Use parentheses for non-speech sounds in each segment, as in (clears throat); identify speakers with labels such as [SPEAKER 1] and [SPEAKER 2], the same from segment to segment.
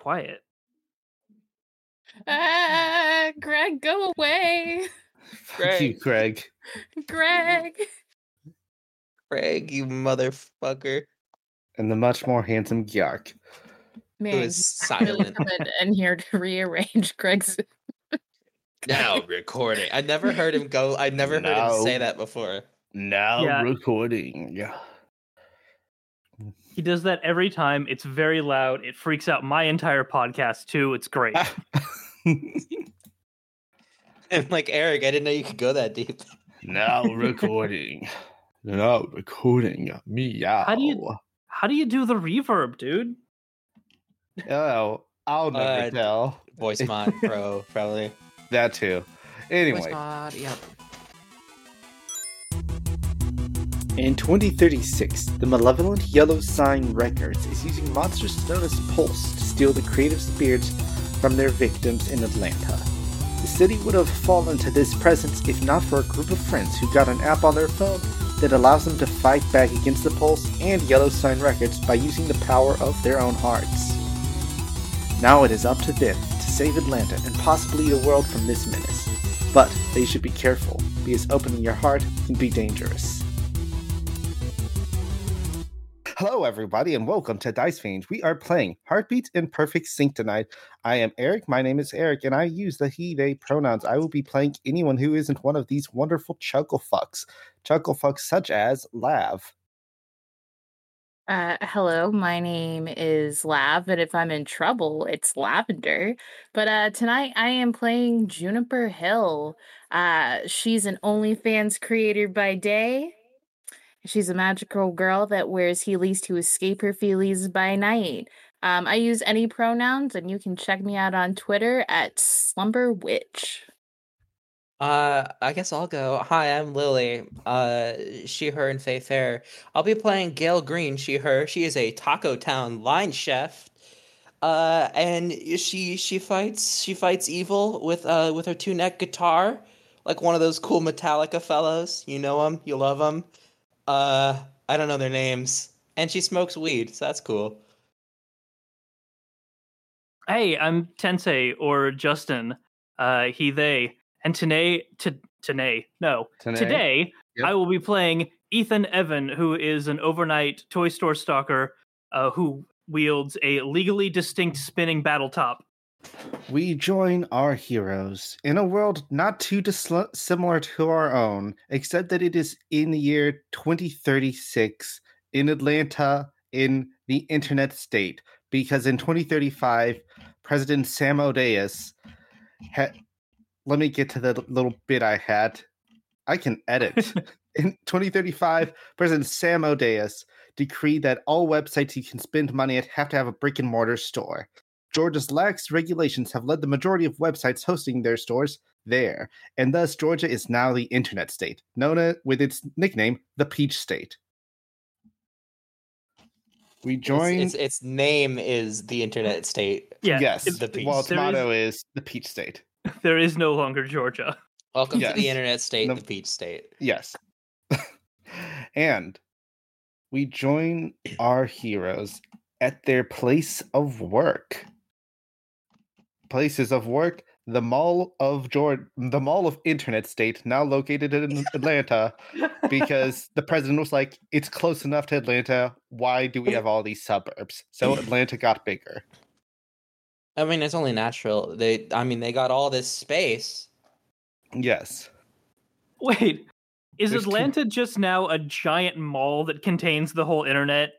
[SPEAKER 1] quiet.
[SPEAKER 2] Ah, Greg, go (laughs) away.
[SPEAKER 3] Fuck you,
[SPEAKER 4] Greg.
[SPEAKER 3] Craig.
[SPEAKER 2] Greg.
[SPEAKER 4] Greg, you motherfucker,
[SPEAKER 3] And the much more handsome Gyak.
[SPEAKER 4] who
[SPEAKER 2] Man,
[SPEAKER 4] is
[SPEAKER 2] I really
[SPEAKER 4] silent.
[SPEAKER 2] put in here to (laughs) rearrange Greg's.
[SPEAKER 1] (laughs)
[SPEAKER 4] now recording. I never heard him go. I never heard him say
[SPEAKER 3] No.
[SPEAKER 4] that before. (laughs)
[SPEAKER 3] Now
[SPEAKER 1] Yeah.
[SPEAKER 3] recording.
[SPEAKER 1] He does that every time. It's very loud. It freaks out my entire podcast too. It's
[SPEAKER 3] (laughs)
[SPEAKER 1] great.
[SPEAKER 4] And like Eric, I didn't know you could go that deep.
[SPEAKER 3] now recording. Now recording. Meow.
[SPEAKER 1] do you- How do you do the reverb, dude?
[SPEAKER 3] Oh, I'll never
[SPEAKER 4] Uh,
[SPEAKER 3] tell.
[SPEAKER 4] Voice mod pro, probably.
[SPEAKER 3] That too. Anyway.
[SPEAKER 4] mod, yep.
[SPEAKER 5] In 2036, the malevolent Yellow Sign Records is using monsters known as Pulse to steal the creative spirits from their victims in Atlanta. The city would have fallen to this presence if not for a group of friends who got an app on their phone that allows them to fight back against the Pulse and Yellow Sign Records by using the power of their own hearts. Now it is up to them to save Atlanta and possibly the world from this menace. But they should be careful, because opening your heart can be dangerous.
[SPEAKER 3] Hello, everybody, and welcome to Dice Fiends. We are playing Heartbeats in Perfect Sync tonight. I am Eric. My name is Eric, and I use the he, they pronouns. I will be playing anyone who isn't one of these wonderful chuckle fucks. Chuckle fucks such as Lav.
[SPEAKER 2] Uh, hello, my name is Lav, and if I'm in trouble, it's Lavender. But uh, tonight I am playing Juniper Hill. Uh, she's an OnlyFans creator by day. She's a magical girl that wears heelys to escape her feelies by night. Um, I use any pronouns, and you can check me out on Twitter at Slumber Witch.
[SPEAKER 4] Uh, I guess I'll go. Hi, I'm Lily. Uh, she, her, and Faye Fair. I'll be playing Gail Green. She, her. She is a Taco Town line chef. Uh, and she she fights she fights evil with uh with her two neck guitar, like one of those cool Metallica fellows. You know them, you love them. Uh, I don't know their names. And she smokes weed, so that's cool.
[SPEAKER 1] Hey, I'm Tensei or Justin. Uh, he, they, and today, to today, no, today
[SPEAKER 3] Yep.
[SPEAKER 1] I will be playing Ethan Evan, who is an overnight toy store stalker uh, who wields a legally distinct spinning battle top.
[SPEAKER 3] we join our heroes in a world not too disl- similar to our own, except that it is in the year 2036 in Atlanta, in the internet state, because in 2035, President Sam Odeus. Ha- Let me get to the l- little bit I had. I can
[SPEAKER 6] (laughs)
[SPEAKER 3] edit. in 2035, President Sam Odeus decreed that all websites you can spend money at have to have a brick and mortar store. Georgia's lax regulations have led the majority of websites hosting their stores there, and thus Georgia is now the internet state, known a- with its nickname, the Peach State. We join.
[SPEAKER 4] Its, its, its name is the Internet State.
[SPEAKER 1] Yeah,
[SPEAKER 3] yes,
[SPEAKER 1] it-
[SPEAKER 4] the peach.
[SPEAKER 3] well, its
[SPEAKER 1] There is-
[SPEAKER 3] motto is the Peach State.
[SPEAKER 1] (laughs) there is no longer Georgia.
[SPEAKER 4] Welcome to the
[SPEAKER 3] Yes.
[SPEAKER 4] Internet State,
[SPEAKER 3] No.
[SPEAKER 4] the Peach State.
[SPEAKER 3] Yes. (laughs) and we join our heroes at their place of work. Places of work, the Mall of Georgia, the Mall of Internet State, now located in Atlanta, because the president was like, it's close enough to Atlanta. Why do we have all these suburbs? So Atlanta got bigger.
[SPEAKER 4] I mean, it's only natural. They, I mean, they got all this space.
[SPEAKER 3] Yes.
[SPEAKER 1] Wait, is
[SPEAKER 3] There's two-
[SPEAKER 1] Atlanta just now a giant mall that contains the whole internet?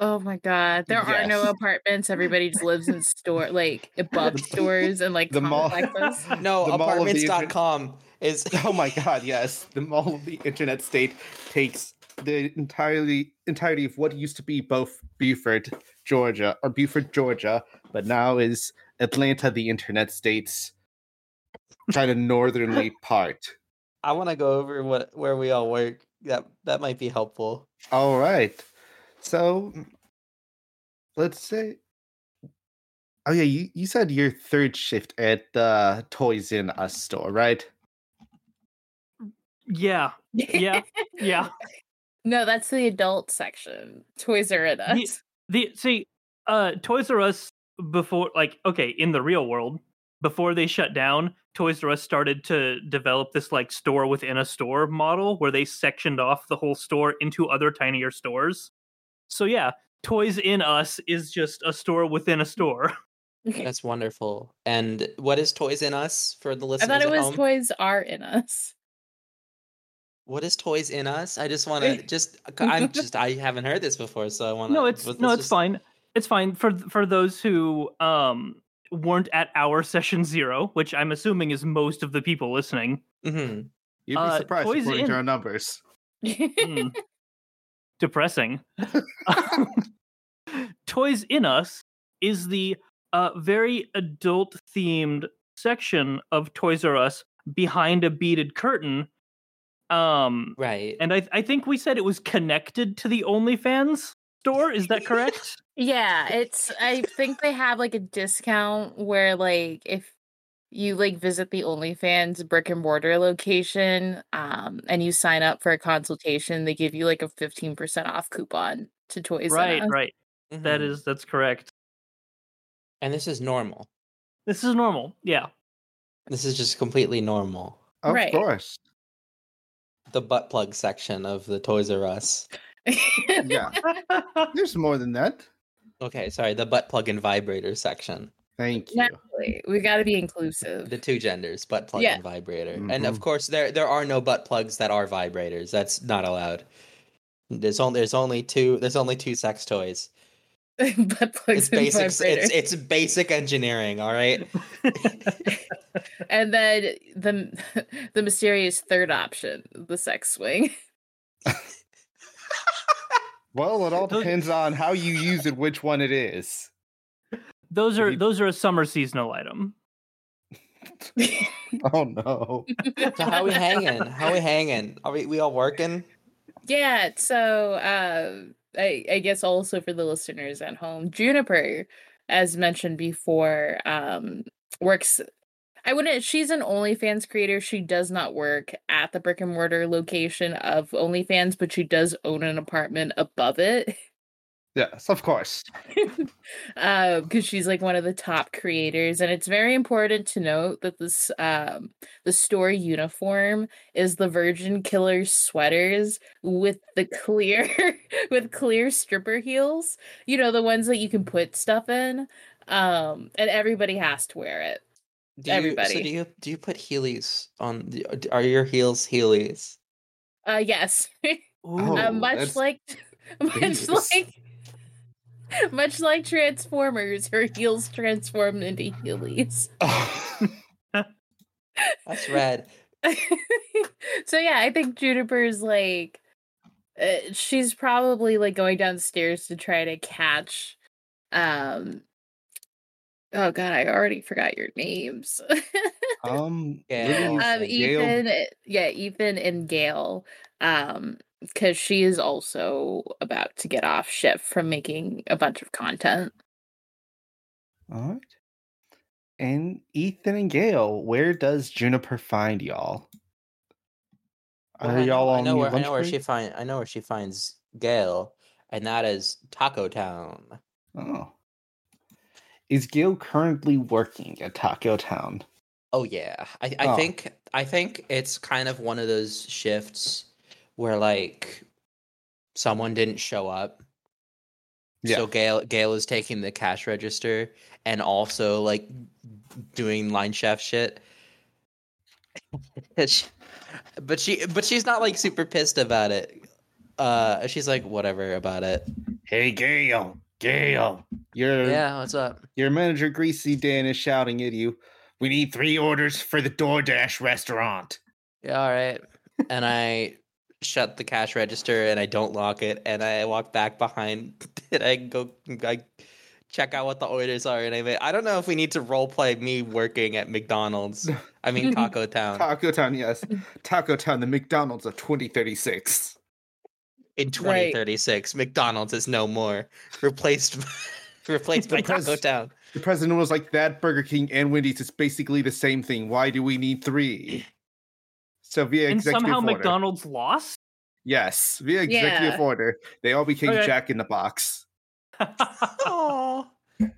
[SPEAKER 2] Oh my god, there are no
[SPEAKER 3] Yes.
[SPEAKER 2] apartments. Everybody just lives in store, (laughs) like above stores and like
[SPEAKER 3] The mall.
[SPEAKER 2] complexes. (laughs)
[SPEAKER 4] No,
[SPEAKER 3] The Mall of the Inter-
[SPEAKER 4] apartments.com is.
[SPEAKER 3] (laughs) Oh my god, yes. The (laughs) mall of the internet state takes the entirely entirety of what used to be both Buford, Georgia, or Buford, Georgia, but now is Atlanta the internet state's kind
[SPEAKER 1] (laughs)
[SPEAKER 3] of northernly part.
[SPEAKER 4] (laughs) I want to go over what where we all work. That that might be helpful.
[SPEAKER 3] All right. So let's say Oh yeah, you, you said your third shift at the Toys in Us store, right?
[SPEAKER 1] (laughs) Yeah, yeah, yeah.
[SPEAKER 2] No, that's the adult section. Toys R Us. (laughs)
[SPEAKER 1] The see, uh, Toys R Us before like okay in the real world before they shut down toys r us started to develop this like store within a store model where they sectioned off the whole store into other tinier stores so yeah toys in us is just a store within a store
[SPEAKER 4] That's wonderful. And what is Toys in Us for the
[SPEAKER 2] I
[SPEAKER 4] listeners
[SPEAKER 2] thought it
[SPEAKER 4] at
[SPEAKER 2] was
[SPEAKER 4] home?
[SPEAKER 2] toys are in us. (laughs)
[SPEAKER 4] what is Toys in Us? I just want to just
[SPEAKER 1] (laughs)
[SPEAKER 4] I'm just I haven't heard this before, so I want to.
[SPEAKER 1] no it's no it's fine it's fine for for those who um weren't at our session zero which i'm assuming is most of the people listening
[SPEAKER 4] hmm
[SPEAKER 6] You'd be
[SPEAKER 1] Uh,
[SPEAKER 6] surprised
[SPEAKER 1] toys
[SPEAKER 6] according
[SPEAKER 1] in-
[SPEAKER 6] to our numbers.
[SPEAKER 1] Hmm. Depressing. (laughs) Toys in Us is the uh, very adult themed section of Toys R Us behind a beaded curtain. Um,
[SPEAKER 4] Right.
[SPEAKER 1] and I, I think we said it was connected to the OnlyFans store. Is that correct?
[SPEAKER 2] yeah, it's I think they have like a discount where like if you like visit the OnlyFans brick and mortar location um and you sign up for a consultation, they give you like a 15% off coupon to Toys R
[SPEAKER 1] right,
[SPEAKER 2] Us.
[SPEAKER 1] right. That
[SPEAKER 4] Mhm.
[SPEAKER 1] is that's correct.
[SPEAKER 4] And this is normal.
[SPEAKER 1] This is normal. Yeah.
[SPEAKER 4] (laughs) This is just completely normal.
[SPEAKER 6] Of
[SPEAKER 2] Right.
[SPEAKER 6] course.
[SPEAKER 4] The butt plug section of the Toys R Us.
[SPEAKER 1] (laughs)
[SPEAKER 6] Yeah. There's more than that.
[SPEAKER 4] Okay, sorry, the butt plug and vibrator section.
[SPEAKER 6] Thank you.
[SPEAKER 2] Now- (laughs) Like, we got to be inclusive.
[SPEAKER 4] The
[SPEAKER 2] (laughs)
[SPEAKER 4] two genders, butt plug
[SPEAKER 2] Yeah.
[SPEAKER 4] and vibrator. And of
[SPEAKER 6] Mhm.
[SPEAKER 4] course, there there are no butt plugs that are vibrators. That's not allowed. There's only there's only two there's only two sex toys.
[SPEAKER 2] butt (laughs) plugs
[SPEAKER 4] It's
[SPEAKER 2] and
[SPEAKER 4] basic s-
[SPEAKER 2] vibrator.
[SPEAKER 4] it's it's basic engineering, all right?
[SPEAKER 2] and then the (laughs) the mysterious third option, the sex swing. (laughs)
[SPEAKER 6] Well, it all
[SPEAKER 1] Those-
[SPEAKER 6] depends on how you use it, which one it is. (laughs)
[SPEAKER 1] Those
[SPEAKER 6] If
[SPEAKER 1] are
[SPEAKER 6] you-
[SPEAKER 1] those are a summer seasonal item.
[SPEAKER 6] Oh no.
[SPEAKER 4] So how
[SPEAKER 1] (laughs)
[SPEAKER 4] we hanging? How we hanging? Are we we all working?
[SPEAKER 2] Yeah, so uh, I, I guess also for the listeners at home, Juniper, as mentioned before, um, works. I wouldn't. She's an OnlyFans creator. She does not work at the brick and mortar location of OnlyFans, but she does own an apartment above it.
[SPEAKER 6] Yes, of course. (laughs)
[SPEAKER 2] (laughs) because Uh, she's like one of the top creators and it's very important to note that this um the store uniform is the virgin killer sweaters with the clear (laughs) with clear stripper heels you know the ones that you can put stuff in um and everybody has to wear it
[SPEAKER 4] Do you, So
[SPEAKER 2] Everybody.
[SPEAKER 4] do you do you put Heelys on? The, are your heels Heelys?
[SPEAKER 2] uh yes (laughs)
[SPEAKER 6] Oh,
[SPEAKER 2] uh, much
[SPEAKER 6] that's
[SPEAKER 2] like (laughs) much
[SPEAKER 6] dangerous.
[SPEAKER 2] like (laughs) much like transformers her heels transformed into heelys
[SPEAKER 4] That's rad. (laughs)
[SPEAKER 2] (laughs) so yeah, I think Juniper's like uh, she's probably like going downstairs to try to catch um oh god, I already forgot your names. (laughs)
[SPEAKER 6] um,
[SPEAKER 4] Yeah.
[SPEAKER 3] Oh,
[SPEAKER 6] Lily's
[SPEAKER 2] um
[SPEAKER 6] and Gail-
[SPEAKER 2] Ethan uh, yeah, Ethan and Gail um cuz she is also about to get off shift from making a bunch of content.
[SPEAKER 6] All right. And Ethan and Gail, where does Juniper find y'all?
[SPEAKER 4] Well,
[SPEAKER 6] Are
[SPEAKER 4] I know-
[SPEAKER 6] y'all
[SPEAKER 4] I
[SPEAKER 6] on
[SPEAKER 4] know
[SPEAKER 6] your
[SPEAKER 4] where, I
[SPEAKER 6] lunch
[SPEAKER 4] know where she
[SPEAKER 6] break?
[SPEAKER 4] find. I know where she finds Gail, and that is Taco Town.
[SPEAKER 6] Oh. Is Gail currently working at Taco Town?
[SPEAKER 4] Oh yeah, I, I
[SPEAKER 6] Oh.
[SPEAKER 4] think I think it's kind of one of those shifts where like someone didn't show up.
[SPEAKER 6] Yeah.
[SPEAKER 4] So Gail Gail is taking the cash register and also like doing line chef shit. (laughs) And she- but she but she's not like super pissed about it. Uh she's like whatever about it.
[SPEAKER 6] Hey Gail, Gail, your
[SPEAKER 4] Yeah, what's up?
[SPEAKER 6] your manager Greasy Dan is shouting at you. We need three orders for the DoorDash restaurant.
[SPEAKER 4] Yeah, all right. And I shut the cash register and I don't lock it and I walk back behind (laughs) and I go I check out what the orders are and I ma- I don't know if we need to role play me working at McDonald's. I mean Taco Town
[SPEAKER 6] Taco
[SPEAKER 1] (laughs)
[SPEAKER 6] Town, yes, Taco Town, the McDonald's of 2036.
[SPEAKER 4] in 2036. McDonald's is no more. Replaced (laughs) replaced
[SPEAKER 6] The
[SPEAKER 4] by Taco
[SPEAKER 6] pres-
[SPEAKER 4] Town.
[SPEAKER 6] The president was like, that Burger King and Wendy's is basically the same thing. Why do we need three? So via
[SPEAKER 1] and
[SPEAKER 6] executive
[SPEAKER 1] somehow
[SPEAKER 6] order.
[SPEAKER 1] McDonald's lost. (laughs)
[SPEAKER 6] Yes, via executive
[SPEAKER 2] Yeah.
[SPEAKER 6] order. They all became
[SPEAKER 1] Okay.
[SPEAKER 6] Jack in the Box.
[SPEAKER 4] Oh.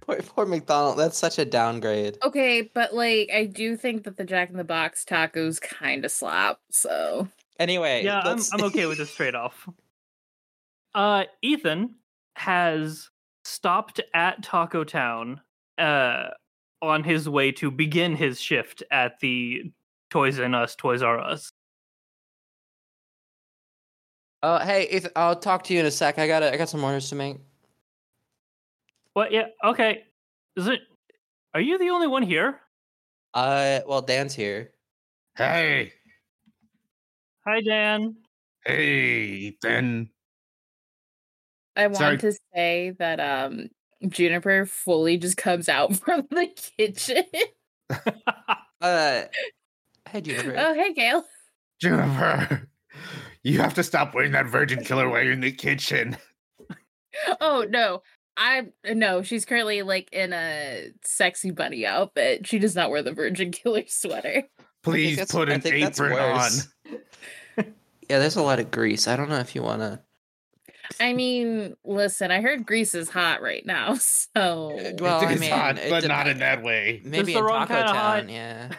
[SPEAKER 4] Poor, poor McDonald. That's such a downgrade.
[SPEAKER 2] Okay, but like I do think that the Jack in the Box tacos kind of slap. So
[SPEAKER 4] Anyway,
[SPEAKER 1] yeah, I'm,
[SPEAKER 4] let's-
[SPEAKER 1] I'm okay with this trade off. Uh, Ethan has stopped at Taco Town uh, on his way to begin his shift at the Toys N Us, Toys R Us.
[SPEAKER 4] (laughs) Uh, hey, Ethan, I'll talk to you in a sec. I got I got some orders to make.
[SPEAKER 1] What? Yeah, okay. Is it? Are you the only one here?
[SPEAKER 4] Uh, well, Dan's here.
[SPEAKER 6] Hey,
[SPEAKER 1] Hi, Dan. (laughs)
[SPEAKER 6] hey, then
[SPEAKER 2] I want
[SPEAKER 6] Sorry.
[SPEAKER 2] to say that um Juniper fully just comes out (laughs) from the kitchen.
[SPEAKER 4] Uh, hey, Juniper.
[SPEAKER 2] oh hey Gail. (laughs)
[SPEAKER 6] Juniper, you have to stop wearing that virgin killer while you're in the kitchen.
[SPEAKER 2] Oh no. I no, she's currently like in a sexy bunny outfit. She does not wear the virgin killer (laughs) sweater.
[SPEAKER 6] Please
[SPEAKER 4] that's-
[SPEAKER 6] put
[SPEAKER 4] I
[SPEAKER 6] an
[SPEAKER 4] think that's
[SPEAKER 6] apron on. (laughs)
[SPEAKER 4] worse. yeah, there's a lot of grease. I don't know if you wanna.
[SPEAKER 2] I mean, listen, I heard Greece is hot right now, (laughs) so
[SPEAKER 4] Well, I
[SPEAKER 6] it's
[SPEAKER 4] mean,
[SPEAKER 6] hot,
[SPEAKER 4] it
[SPEAKER 6] but not in
[SPEAKER 4] depends.
[SPEAKER 6] that way.
[SPEAKER 4] Maybe
[SPEAKER 1] the
[SPEAKER 4] in
[SPEAKER 1] wrong
[SPEAKER 4] Taco
[SPEAKER 1] kinda
[SPEAKER 4] Town.
[SPEAKER 1] hot.
[SPEAKER 4] Yeah.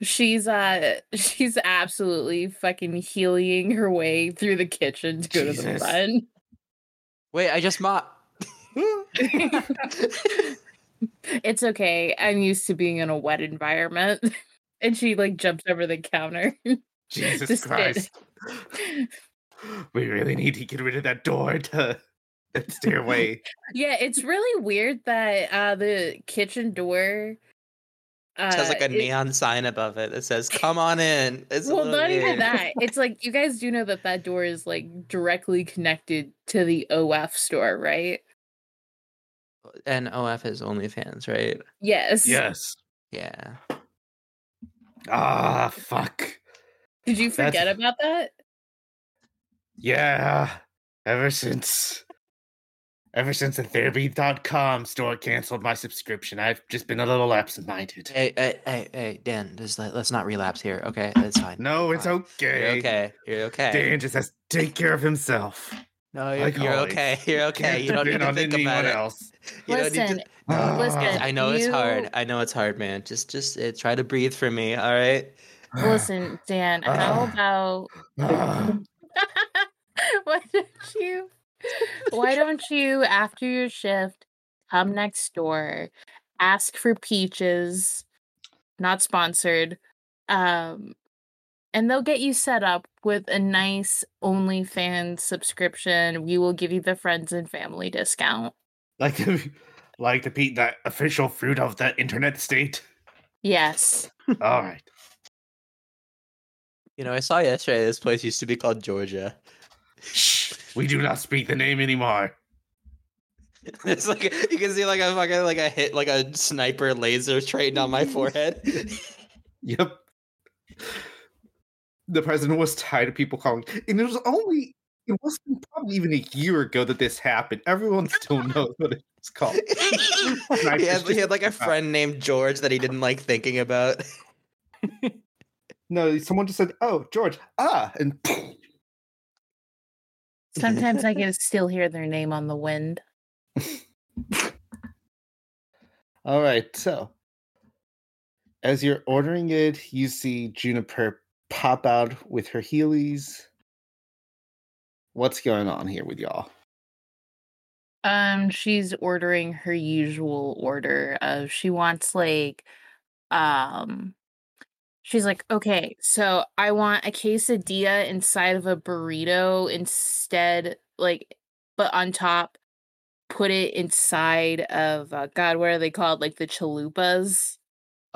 [SPEAKER 2] she's uh she's absolutely fucking healing her way through the kitchen to go to the
[SPEAKER 6] Jesus.
[SPEAKER 2] front.
[SPEAKER 4] Wait, I just (laughs) mop.
[SPEAKER 2] it's okay. I'm used to being in a wet environment. (laughs) And she like jumps over the counter.
[SPEAKER 6] (laughs)
[SPEAKER 2] (laughs)
[SPEAKER 6] Jesus
[SPEAKER 2] Just did.
[SPEAKER 6] Christ. (laughs) We really need to get rid of that door to (laughs) that stairway.
[SPEAKER 2] yeah, it's really weird that uh the kitchen door uh,
[SPEAKER 4] It has like a
[SPEAKER 2] it-
[SPEAKER 4] neon sign above it that says "Come on in." It's a
[SPEAKER 2] well,
[SPEAKER 4] little
[SPEAKER 2] not even
[SPEAKER 4] weird.
[SPEAKER 2] that. It's like you guys do know that that door is like directly connected to the OF store, right?
[SPEAKER 4] (laughs) And OF is OnlyFans, right?
[SPEAKER 2] Yes.
[SPEAKER 6] yes.
[SPEAKER 4] Yeah.
[SPEAKER 6] Ah, fuck.
[SPEAKER 2] Did you
[SPEAKER 6] That's-
[SPEAKER 2] forget about
[SPEAKER 4] (sighs)
[SPEAKER 2] that?
[SPEAKER 6] Yeah. Ever since ever since the therapy.com store canceled my subscription, I've just been a little absent-minded.
[SPEAKER 4] Hey, hey, hey, hey, Dan. Just let, let's not relapse here. Okay, that's fine.
[SPEAKER 6] No, it's
[SPEAKER 4] Fine. You're
[SPEAKER 6] okay.
[SPEAKER 4] okay. You're okay.
[SPEAKER 6] Dan just has to take care of himself.
[SPEAKER 4] No, you're,
[SPEAKER 6] Like
[SPEAKER 4] you're
[SPEAKER 6] always.
[SPEAKER 4] okay. You're okay.
[SPEAKER 6] Can't
[SPEAKER 4] You don't need
[SPEAKER 6] depend
[SPEAKER 4] to
[SPEAKER 6] on
[SPEAKER 4] think
[SPEAKER 6] anyone
[SPEAKER 4] about it.
[SPEAKER 6] else.
[SPEAKER 4] You don't need
[SPEAKER 2] Listen,
[SPEAKER 4] to. Yeah,
[SPEAKER 2] listen.
[SPEAKER 6] Ah,
[SPEAKER 4] I know it's hard.
[SPEAKER 2] you-
[SPEAKER 4] I know it's hard, man. Just, just uh, try to breathe for me. All right.
[SPEAKER 2] listen, Dan, how
[SPEAKER 6] Ah.
[SPEAKER 2] about
[SPEAKER 6] ah.
[SPEAKER 2] (laughs) why don't you why don't you after your shift come next door, ask for peaches, not sponsored. Um and they'll get you set up with a nice OnlyFans subscription. We will give you the friends and family discount.
[SPEAKER 6] (laughs) like the- like the pe- the official fruit of the internet state.
[SPEAKER 2] Yes.
[SPEAKER 6] All (laughs) right.
[SPEAKER 4] You know, I saw yesterday. This place used to be called Georgia. (laughs)
[SPEAKER 6] We do not speak the name anymore.
[SPEAKER 4] It's like you can see like a fucking like a hit like a sniper laser trained on
[SPEAKER 2] Mm-hmm. (laughs)
[SPEAKER 4] my forehead. (laughs)
[SPEAKER 6] Yep. The president was tired of people calling, and it was only it wasn't probably even a year ago that this happened. (laughs) Everyone still knows what it's called. (laughs)
[SPEAKER 4] he, had, he had like a friend named George that he didn't like thinking about.
[SPEAKER 6] No, someone just said, "Oh, George, ah," and (laughs)
[SPEAKER 2] Sometimes I can still hear their name on the wind.
[SPEAKER 6] All right, so as you're ordering it, you see Juniper pop out with her heelys. What's going on here with y'all?
[SPEAKER 2] Um, she's ordering her usual order of she wants like um she's like, okay, so I want a quesadilla inside of a burrito instead, like but on top, put it inside of uh, God, what are they called? Like the chalupas.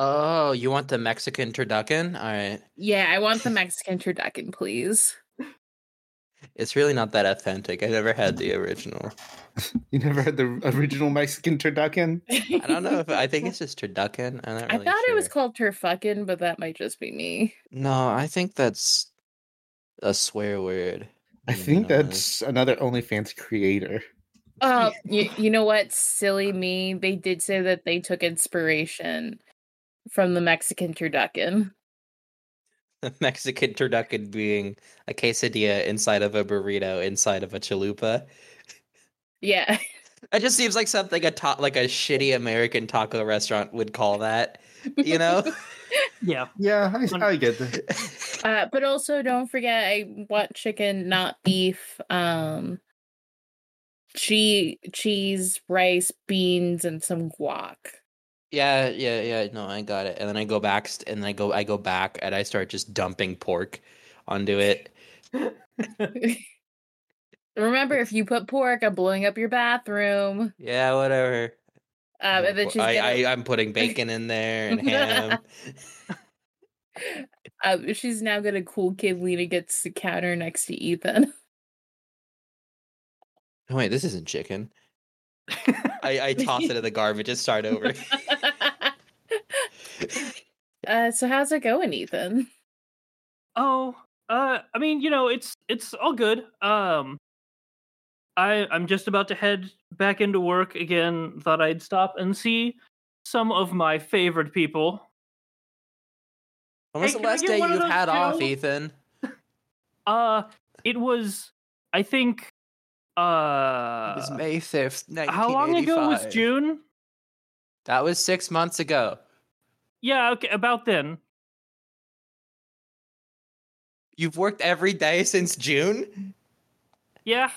[SPEAKER 4] Oh, you want the Mexican turducken? All right.
[SPEAKER 2] Yeah, I want
[SPEAKER 4] (laughs)
[SPEAKER 2] the Mexican turducken, please.
[SPEAKER 4] It's really not that authentic. I never had the original.
[SPEAKER 6] You never had the original Mexican turducken?
[SPEAKER 4] I don't know if I
[SPEAKER 2] (laughs)
[SPEAKER 4] think it's just turducken. I'm not
[SPEAKER 2] I
[SPEAKER 4] really
[SPEAKER 2] thought it was
[SPEAKER 4] sure.
[SPEAKER 2] called turfuckin, but that might just be me.
[SPEAKER 4] No, I think that's a swear word.
[SPEAKER 6] I
[SPEAKER 4] being
[SPEAKER 6] think
[SPEAKER 4] honest.
[SPEAKER 6] that's another OnlyFans creator.
[SPEAKER 4] (laughs)
[SPEAKER 2] Uh, you, you know what? Silly me. They did say that they took inspiration from the Mexican turducken.
[SPEAKER 4] the (laughs) Mexican turducken being a quesadilla inside of a burrito inside of a chalupa.
[SPEAKER 2] Yeah.
[SPEAKER 4] That just seems like something a ta- like a shitty American taco restaurant would call that. You
[SPEAKER 2] (laughs)
[SPEAKER 4] know? (laughs)
[SPEAKER 1] (laughs) Yeah.
[SPEAKER 6] Yeah, I, I get that.
[SPEAKER 2] Uh, but also, don't forget, I want chicken, not beef. Um, che- cheese, rice, beans, and some guac.
[SPEAKER 4] yeah, yeah, yeah. No, I got it. And then I go back, st- and then I go, I go back, and I start just dumping pork onto it.
[SPEAKER 2] Remember, if you put pork, I'm blowing up your bathroom.
[SPEAKER 4] Yeah, whatever.
[SPEAKER 2] Um,
[SPEAKER 4] No
[SPEAKER 2] and then
[SPEAKER 4] por-
[SPEAKER 2] she's
[SPEAKER 4] Oh, I,
[SPEAKER 2] gonna,
[SPEAKER 4] I, I'm putting bacon in there
[SPEAKER 2] (laughs)
[SPEAKER 4] and ham.
[SPEAKER 2] um, she's now gonna cool kid Lena gets the counter next to Ethan.
[SPEAKER 4] Oh, wait, this isn't chicken. I,
[SPEAKER 1] (laughs)
[SPEAKER 4] I toss it in the garbage and start over.
[SPEAKER 2] (laughs)
[SPEAKER 4] (laughs)
[SPEAKER 2] uh, so how's it going, Ethan?
[SPEAKER 1] Oh, uh, I mean, you know, it's it's all good. Um, I I'm just about to head back into work again. Thought I'd stop and see some of my favorite people.
[SPEAKER 4] When was
[SPEAKER 1] Hey,
[SPEAKER 4] the
[SPEAKER 1] can I
[SPEAKER 4] last
[SPEAKER 1] get
[SPEAKER 4] day
[SPEAKER 1] one of
[SPEAKER 4] you
[SPEAKER 1] those
[SPEAKER 4] had off,
[SPEAKER 1] too?
[SPEAKER 4] Ethan?
[SPEAKER 1] Uh, it was, I think, uh,
[SPEAKER 4] it was May 5th, 1985.
[SPEAKER 1] how long ago was June?
[SPEAKER 4] That was six months ago.
[SPEAKER 1] Yeah, okay, about then.
[SPEAKER 4] You've worked every day since June?
[SPEAKER 1] Yeah,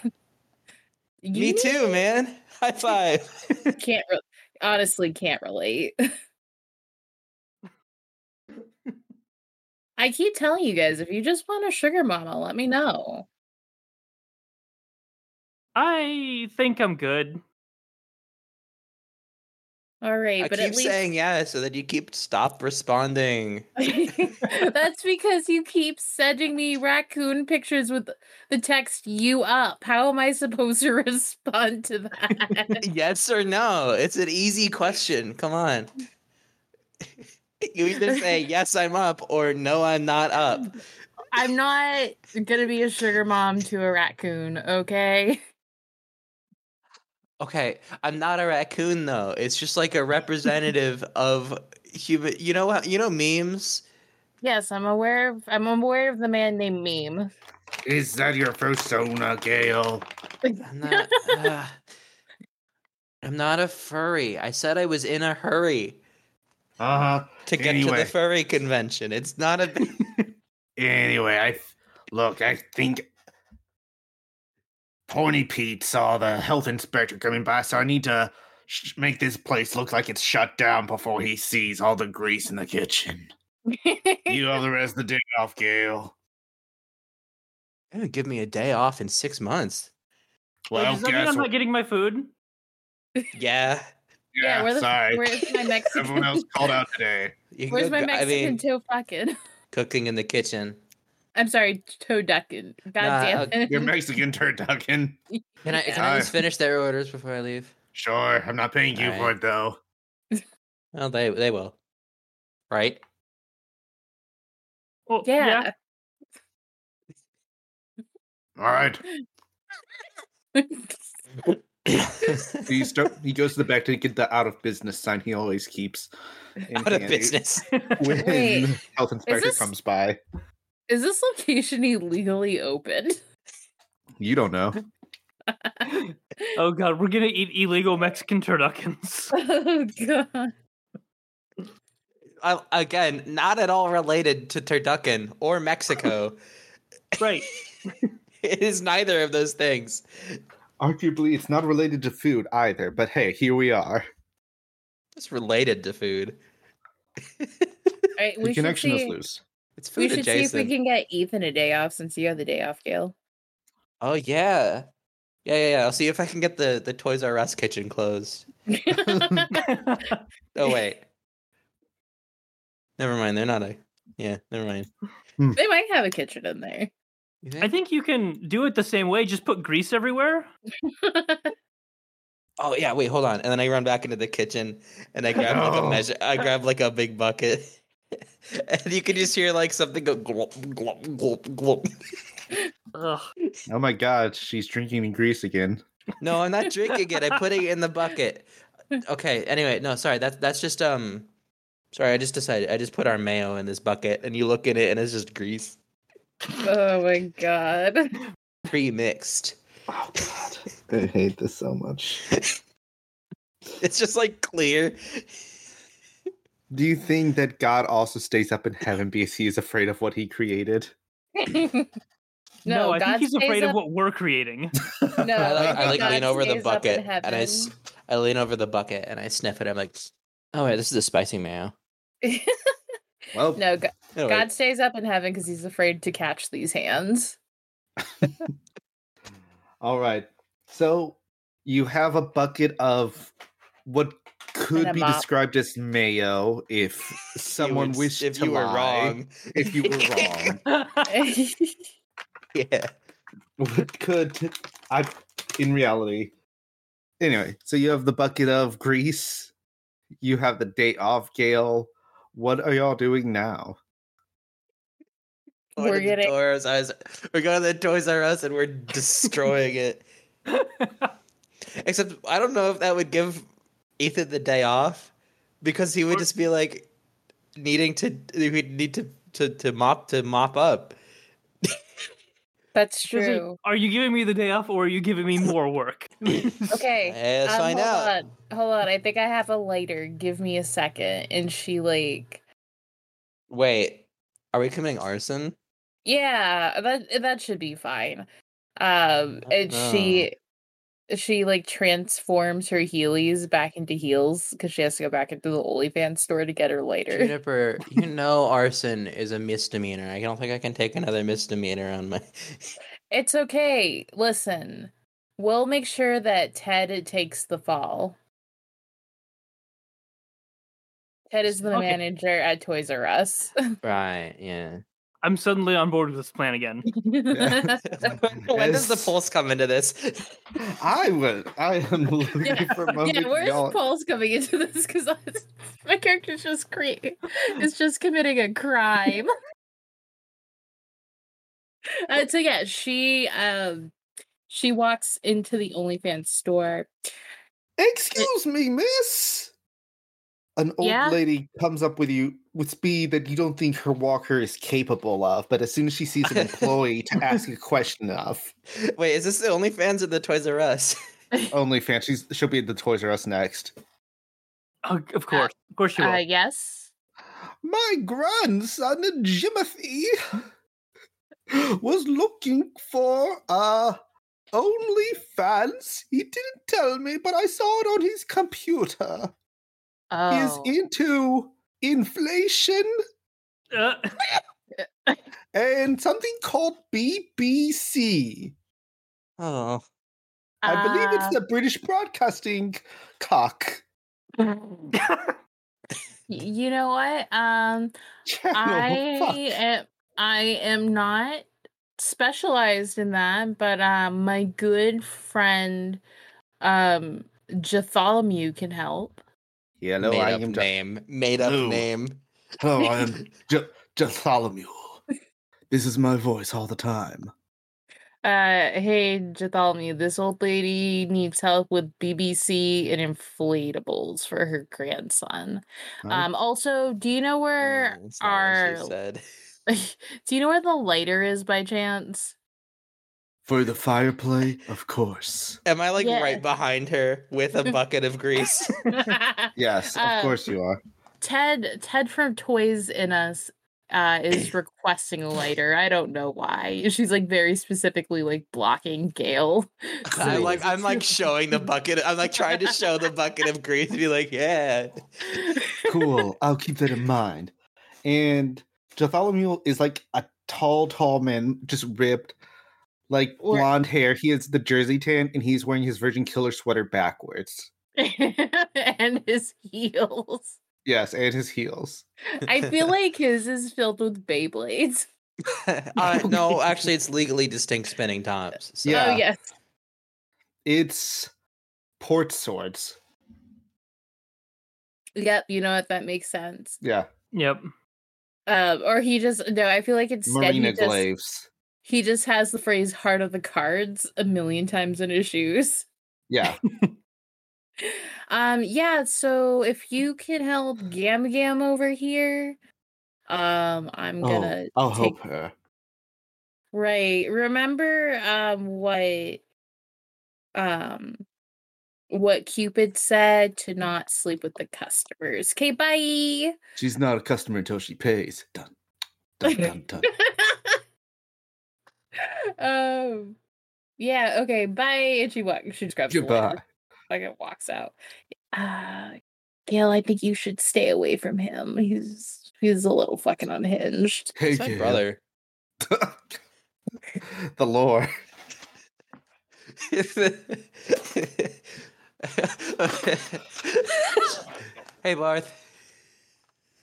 [SPEAKER 2] You
[SPEAKER 4] Me too, man. High (laughs) five.
[SPEAKER 2] Can't re- honestly can't relate. I keep telling you guys, if you just want a sugar mama, let me know.
[SPEAKER 1] I think I'm good.
[SPEAKER 2] All right,
[SPEAKER 4] I
[SPEAKER 2] but
[SPEAKER 4] keep
[SPEAKER 2] at least
[SPEAKER 4] saying yes, so then you keep stop responding.
[SPEAKER 2] (laughs) That's because you keep sending me raccoon pictures with the text you up. How am I supposed to (laughs) respond to that?
[SPEAKER 4] yes or no? It's an easy question. Come on. (laughs) you either say (laughs) yes, I'm up, or no, I'm not up.
[SPEAKER 2] I'm not gonna be a sugar mom to a raccoon, okay?
[SPEAKER 4] Okay, I'm not a raccoon though. It's just like
[SPEAKER 2] (laughs)
[SPEAKER 4] a representative of human. You know what? You know memes.
[SPEAKER 2] Yes, I'm aware of I'm aware of the man named Meme.
[SPEAKER 6] Is that your persona, Gail?
[SPEAKER 4] I'm
[SPEAKER 2] (laughs)
[SPEAKER 4] not. uh, I'm not a furry. I said I was in a hurry
[SPEAKER 6] Uh huh.
[SPEAKER 4] to get to
[SPEAKER 6] Anyway.
[SPEAKER 4] the furry convention. It's not
[SPEAKER 2] (laughs)
[SPEAKER 4] a. (laughs)
[SPEAKER 6] Anyway, I look. I think Pony Pete saw the health inspector coming by, so I need to sh- make this place look like it's shut down before he sees all the grease in the kitchen.
[SPEAKER 2] (laughs)
[SPEAKER 6] You have the rest of the day off, Gail.
[SPEAKER 4] Gonna give me a day off in six months.
[SPEAKER 1] Well,
[SPEAKER 6] Well,
[SPEAKER 1] does that mean
[SPEAKER 6] guess
[SPEAKER 1] I'm
[SPEAKER 6] what?
[SPEAKER 1] not getting my food?
[SPEAKER 4] Yeah,
[SPEAKER 6] Yeah,
[SPEAKER 2] where the f-
[SPEAKER 6] sorry.
[SPEAKER 2] where's my Mexican?
[SPEAKER 6] (laughs) Everyone else called out today.
[SPEAKER 4] you can
[SPEAKER 2] (laughs) Where's
[SPEAKER 4] go
[SPEAKER 6] (laughs)
[SPEAKER 2] my
[SPEAKER 4] gu- I
[SPEAKER 2] Mexican
[SPEAKER 4] mean,
[SPEAKER 2] toe fucking?
[SPEAKER 4] cooking in the kitchen.
[SPEAKER 2] (laughs) I'm sorry, toe ducking. God
[SPEAKER 4] Nah,
[SPEAKER 2] damn it.
[SPEAKER 6] You're Mexican turducken.
[SPEAKER 4] Can I? Can I just finish their orders before I leave?
[SPEAKER 6] Sure, I'm not paying you
[SPEAKER 4] All
[SPEAKER 6] for
[SPEAKER 4] right.
[SPEAKER 6] it though.
[SPEAKER 4] Well, they they will,
[SPEAKER 2] (laughs)
[SPEAKER 4] right?
[SPEAKER 1] Well,
[SPEAKER 2] (laughs) yeah.
[SPEAKER 6] All right.
[SPEAKER 4] (laughs)
[SPEAKER 6] He start, he goes to the back to get the out of business sign he always keeps. in
[SPEAKER 4] Out of
[SPEAKER 6] handy
[SPEAKER 4] business.
[SPEAKER 6] When (laughs)
[SPEAKER 2] Wait,
[SPEAKER 6] the health inspector
[SPEAKER 2] this-
[SPEAKER 6] comes by,
[SPEAKER 2] (laughs) Is this location illegally open?
[SPEAKER 1] (laughs)
[SPEAKER 6] you don't know.
[SPEAKER 1] Oh god, we're gonna eat illegal Mexican turduckens.
[SPEAKER 2] (laughs) Oh god.
[SPEAKER 4] I, again, not at all related to turducken
[SPEAKER 2] (laughs)
[SPEAKER 4] or Mexico.
[SPEAKER 1] (laughs) right. (laughs)
[SPEAKER 4] it is neither of those things.
[SPEAKER 6] Arguably, it's not related to food either. But hey, here we are.
[SPEAKER 4] It's related to food.
[SPEAKER 2] All right,
[SPEAKER 6] The
[SPEAKER 2] we should
[SPEAKER 6] connection is
[SPEAKER 2] see-
[SPEAKER 6] loose.
[SPEAKER 4] It's food
[SPEAKER 2] We should see
[SPEAKER 4] adjacent.
[SPEAKER 2] if we can get Ethan a day off since you have the day off,
[SPEAKER 6] (laughs)
[SPEAKER 2] Gail. (laughs)
[SPEAKER 4] Oh yeah. Yeah, yeah, yeah. I'll see if I can get the, the Toys R Us kitchen closed.
[SPEAKER 2] (laughs)
[SPEAKER 4] Oh wait. never mind, they're not a yeah, never mind.
[SPEAKER 2] They might have a kitchen in there. (laughs)
[SPEAKER 4] You
[SPEAKER 1] I
[SPEAKER 4] think-
[SPEAKER 1] think you can do it the same way. Just put grease everywhere.
[SPEAKER 4] oh yeah, wait, hold on. And then I run back into the kitchen and I grab like a
[SPEAKER 6] No.
[SPEAKER 4] measure I grab like a big bucket. (laughs) and you can just hear like something go glop glop glop glop.
[SPEAKER 1] Ugh.
[SPEAKER 6] Oh my God, she's drinking in Greece again.
[SPEAKER 4] No, I'm not drinking it. I'm putting it in the bucket. Okay. Anyway, no, sorry. That's that's just um. Sorry, I just decided. I just put our mayo in this bucket, and you look in it, and it's just grease
[SPEAKER 2] oh my god. (laughs)
[SPEAKER 4] pre-mixed. (laughs)
[SPEAKER 6] Oh God.
[SPEAKER 5] I hate this so much.
[SPEAKER 4] It's just like clear.
[SPEAKER 6] Do you think that God also stays up in heaven because he is afraid of what he created?
[SPEAKER 2] no,
[SPEAKER 1] I
[SPEAKER 2] God
[SPEAKER 1] think he's
[SPEAKER 2] stays
[SPEAKER 1] afraid
[SPEAKER 2] up-
[SPEAKER 1] of what we're creating. (laughs)
[SPEAKER 2] No,
[SPEAKER 4] I like, I
[SPEAKER 2] think
[SPEAKER 4] like
[SPEAKER 2] God
[SPEAKER 4] lean over the
[SPEAKER 2] stays up in
[SPEAKER 4] bucket and I, s-
[SPEAKER 2] heaven.
[SPEAKER 4] I lean over the bucket and I sniff it. I'm like, oh yeah, this is a spicy mayo.
[SPEAKER 2] (laughs)
[SPEAKER 6] Well,
[SPEAKER 2] no, God,
[SPEAKER 4] Anyway,
[SPEAKER 2] God stays up in heaven because he's afraid to catch these hands. (laughs)
[SPEAKER 6] all right. So you have a bucket of what could
[SPEAKER 2] a
[SPEAKER 6] be
[SPEAKER 2] mop.
[SPEAKER 6] described as mayo
[SPEAKER 4] (laughs)
[SPEAKER 6] if someone
[SPEAKER 4] would s-
[SPEAKER 6] wished
[SPEAKER 4] if
[SPEAKER 6] to
[SPEAKER 4] you were
[SPEAKER 6] lie,
[SPEAKER 4] wrong. (laughs)
[SPEAKER 6] If you were wrong,
[SPEAKER 4] yeah.
[SPEAKER 6] what could I in reality? Anyway, so you have the bucket of grease. You have the day off, Gail. What are y'all doing now?
[SPEAKER 4] Going to
[SPEAKER 2] We're
[SPEAKER 4] the
[SPEAKER 2] getting-
[SPEAKER 4] Toys R Us- We're going to the Toys R Us and we're destroying it. Except I don't know if that would give Ethan the day off because he would
[SPEAKER 1] Or-
[SPEAKER 4] just be like needing to he would need to, to, to mop to mop up.
[SPEAKER 2] That's
[SPEAKER 1] Is it-
[SPEAKER 2] true.
[SPEAKER 1] Are you giving me the day off or are you giving me more
[SPEAKER 2] (laughs)
[SPEAKER 1] work?
[SPEAKER 2] Okay.
[SPEAKER 4] Eh, let's
[SPEAKER 2] um,
[SPEAKER 4] find
[SPEAKER 2] hold
[SPEAKER 4] out.
[SPEAKER 2] on. Hold on. I think I have a lighter. Give me a second. And she like
[SPEAKER 4] Wait, are we committing arson?
[SPEAKER 2] Yeah, that that should be fine. Um and she she like transforms her Heelys back into heels because she has to go back into the OnlyFans store to get her lighter.
[SPEAKER 4] Juniper, you know arson is a misdemeanor. I don't think I can take another misdemeanor on my. (laughs)
[SPEAKER 2] It's okay. Listen, we'll make sure that Ted takes the fall. Ted is the
[SPEAKER 1] Okay.
[SPEAKER 2] manager at Toys R Us. (laughs)
[SPEAKER 4] right, yeah.
[SPEAKER 1] I'm suddenly on board with this plan again.
[SPEAKER 4] (laughs)
[SPEAKER 6] (laughs)
[SPEAKER 4] when does the
[SPEAKER 6] Yes.
[SPEAKER 4] pulse come into this?
[SPEAKER 6] I would. I am (laughs) looking
[SPEAKER 2] Yeah,
[SPEAKER 6] for a moment.
[SPEAKER 2] Yeah, where's
[SPEAKER 6] y'all-
[SPEAKER 2] Paul's coming into this? Because (laughs) my character's just cre- is just committing a crime. (laughs) uh, so yeah, she um she walks into the OnlyFans store.
[SPEAKER 6] Excuse me, miss. An old
[SPEAKER 2] Yeah?
[SPEAKER 6] lady comes up with you with speed that you don't think her walker is capable of, but as soon as she sees an employee to ask
[SPEAKER 2] (laughs)
[SPEAKER 6] a question of,
[SPEAKER 4] Wait, is this the only fans of the Toys R Us?
[SPEAKER 6] only fan, she's, she'll be at the Toys R Us next.
[SPEAKER 1] Oh, of course. Of course you will.
[SPEAKER 2] Uh, yes.
[SPEAKER 6] My grandson, Jimothy, was looking for uh only fans. He didn't tell me, but I saw it on his computer. He is
[SPEAKER 2] Oh.
[SPEAKER 6] into inflation
[SPEAKER 1] Uh, (laughs)
[SPEAKER 6] and something called BBC.
[SPEAKER 4] (laughs) Oh,
[SPEAKER 6] I believe
[SPEAKER 2] Ah.
[SPEAKER 6] it's the British Broadcasting Cock
[SPEAKER 2] uh, the. You know what? Um,
[SPEAKER 6] Channel. Oh,
[SPEAKER 2] I
[SPEAKER 6] Fuck.
[SPEAKER 2] am, I am not specialized in that, but um, my good friend um Jatholomew can help.
[SPEAKER 6] Yeah, no,
[SPEAKER 4] made
[SPEAKER 6] I
[SPEAKER 4] up
[SPEAKER 6] am. Ja-
[SPEAKER 4] name, made up
[SPEAKER 6] No.
[SPEAKER 4] name.
[SPEAKER 6] oh,
[SPEAKER 4] (laughs)
[SPEAKER 6] I am Ja- Jatholomew. (laughs) This is my voice all the time.
[SPEAKER 2] Uh, hey Jatholomew, this old lady needs help with BBC and inflatables for her grandson.
[SPEAKER 6] Right.
[SPEAKER 2] Um, also, do you know (laughs) where
[SPEAKER 4] Mm, that's not what she
[SPEAKER 2] our
[SPEAKER 4] said.
[SPEAKER 2] (laughs) do you know where the lighter is by chance? (laughs)
[SPEAKER 6] For the fire play, of course.
[SPEAKER 4] Am I like
[SPEAKER 2] Yeah.
[SPEAKER 4] right behind her with a bucket
[SPEAKER 2] (laughs)
[SPEAKER 4] of grease? (laughs)
[SPEAKER 6] Yes, of
[SPEAKER 2] Uh,
[SPEAKER 6] course
[SPEAKER 2] (laughs)
[SPEAKER 6] you are.
[SPEAKER 2] Ted Ted from Toys in Us uh
[SPEAKER 6] (clears throat)
[SPEAKER 2] is requesting a lighter. I don't know why. She's like very specifically like blocking Gail.
[SPEAKER 4] I'm
[SPEAKER 2] So-
[SPEAKER 4] like I'm like showing the bucket. I'm like trying to show the bucket of grease to be like, yeah.
[SPEAKER 6] Cool. I'll keep that in mind. And Jatholomew is like a tall, tall man, just ripped, like
[SPEAKER 2] Or-
[SPEAKER 6] blonde hair. He has the jersey tan, and he's wearing his Virgin Killer sweater backwards.
[SPEAKER 2] (laughs) and his heels.
[SPEAKER 6] Yes, and his heels.
[SPEAKER 2] I
[SPEAKER 6] (laughs)
[SPEAKER 2] feel like his is filled with Beyblades.
[SPEAKER 4] (laughs) uh, no, actually, it's legally distinct spinning tops. So.
[SPEAKER 6] Yeah.
[SPEAKER 2] Oh yes.
[SPEAKER 6] It's port swords.
[SPEAKER 2] Yep, you know what that makes sense.
[SPEAKER 6] Yeah,
[SPEAKER 1] yep.
[SPEAKER 2] Um or he just no, I feel like instead
[SPEAKER 6] Marina
[SPEAKER 2] he just
[SPEAKER 6] glaives.
[SPEAKER 2] he just has the phrase heart of the cards a million times in his shoes.
[SPEAKER 6] Yeah,
[SPEAKER 2] Um, yeah, so if you can help Gam Gam over here, um,
[SPEAKER 6] Oh.
[SPEAKER 2] I'm (laughs) gonna
[SPEAKER 6] I'll
[SPEAKER 2] take
[SPEAKER 6] help her.
[SPEAKER 2] right. Remember um what um what Cupid said to not sleep with the customers. Okay, bye.
[SPEAKER 6] She's not a customer until she pays. Dun,
[SPEAKER 2] (laughs)
[SPEAKER 6] dun, dun, dun.
[SPEAKER 2] (laughs) um yeah, okay, bye. And she walks she just grabs the
[SPEAKER 6] Goodbye.
[SPEAKER 2] letter, like it walks out. Uh Gail, I think you should stay away from him. He's he's a little fucking unhinged.
[SPEAKER 6] Hey,
[SPEAKER 4] It's my
[SPEAKER 6] Gail.
[SPEAKER 4] brother.
[SPEAKER 6] (laughs)
[SPEAKER 4] (laughs)
[SPEAKER 6] the lore.
[SPEAKER 4] hey, Barth.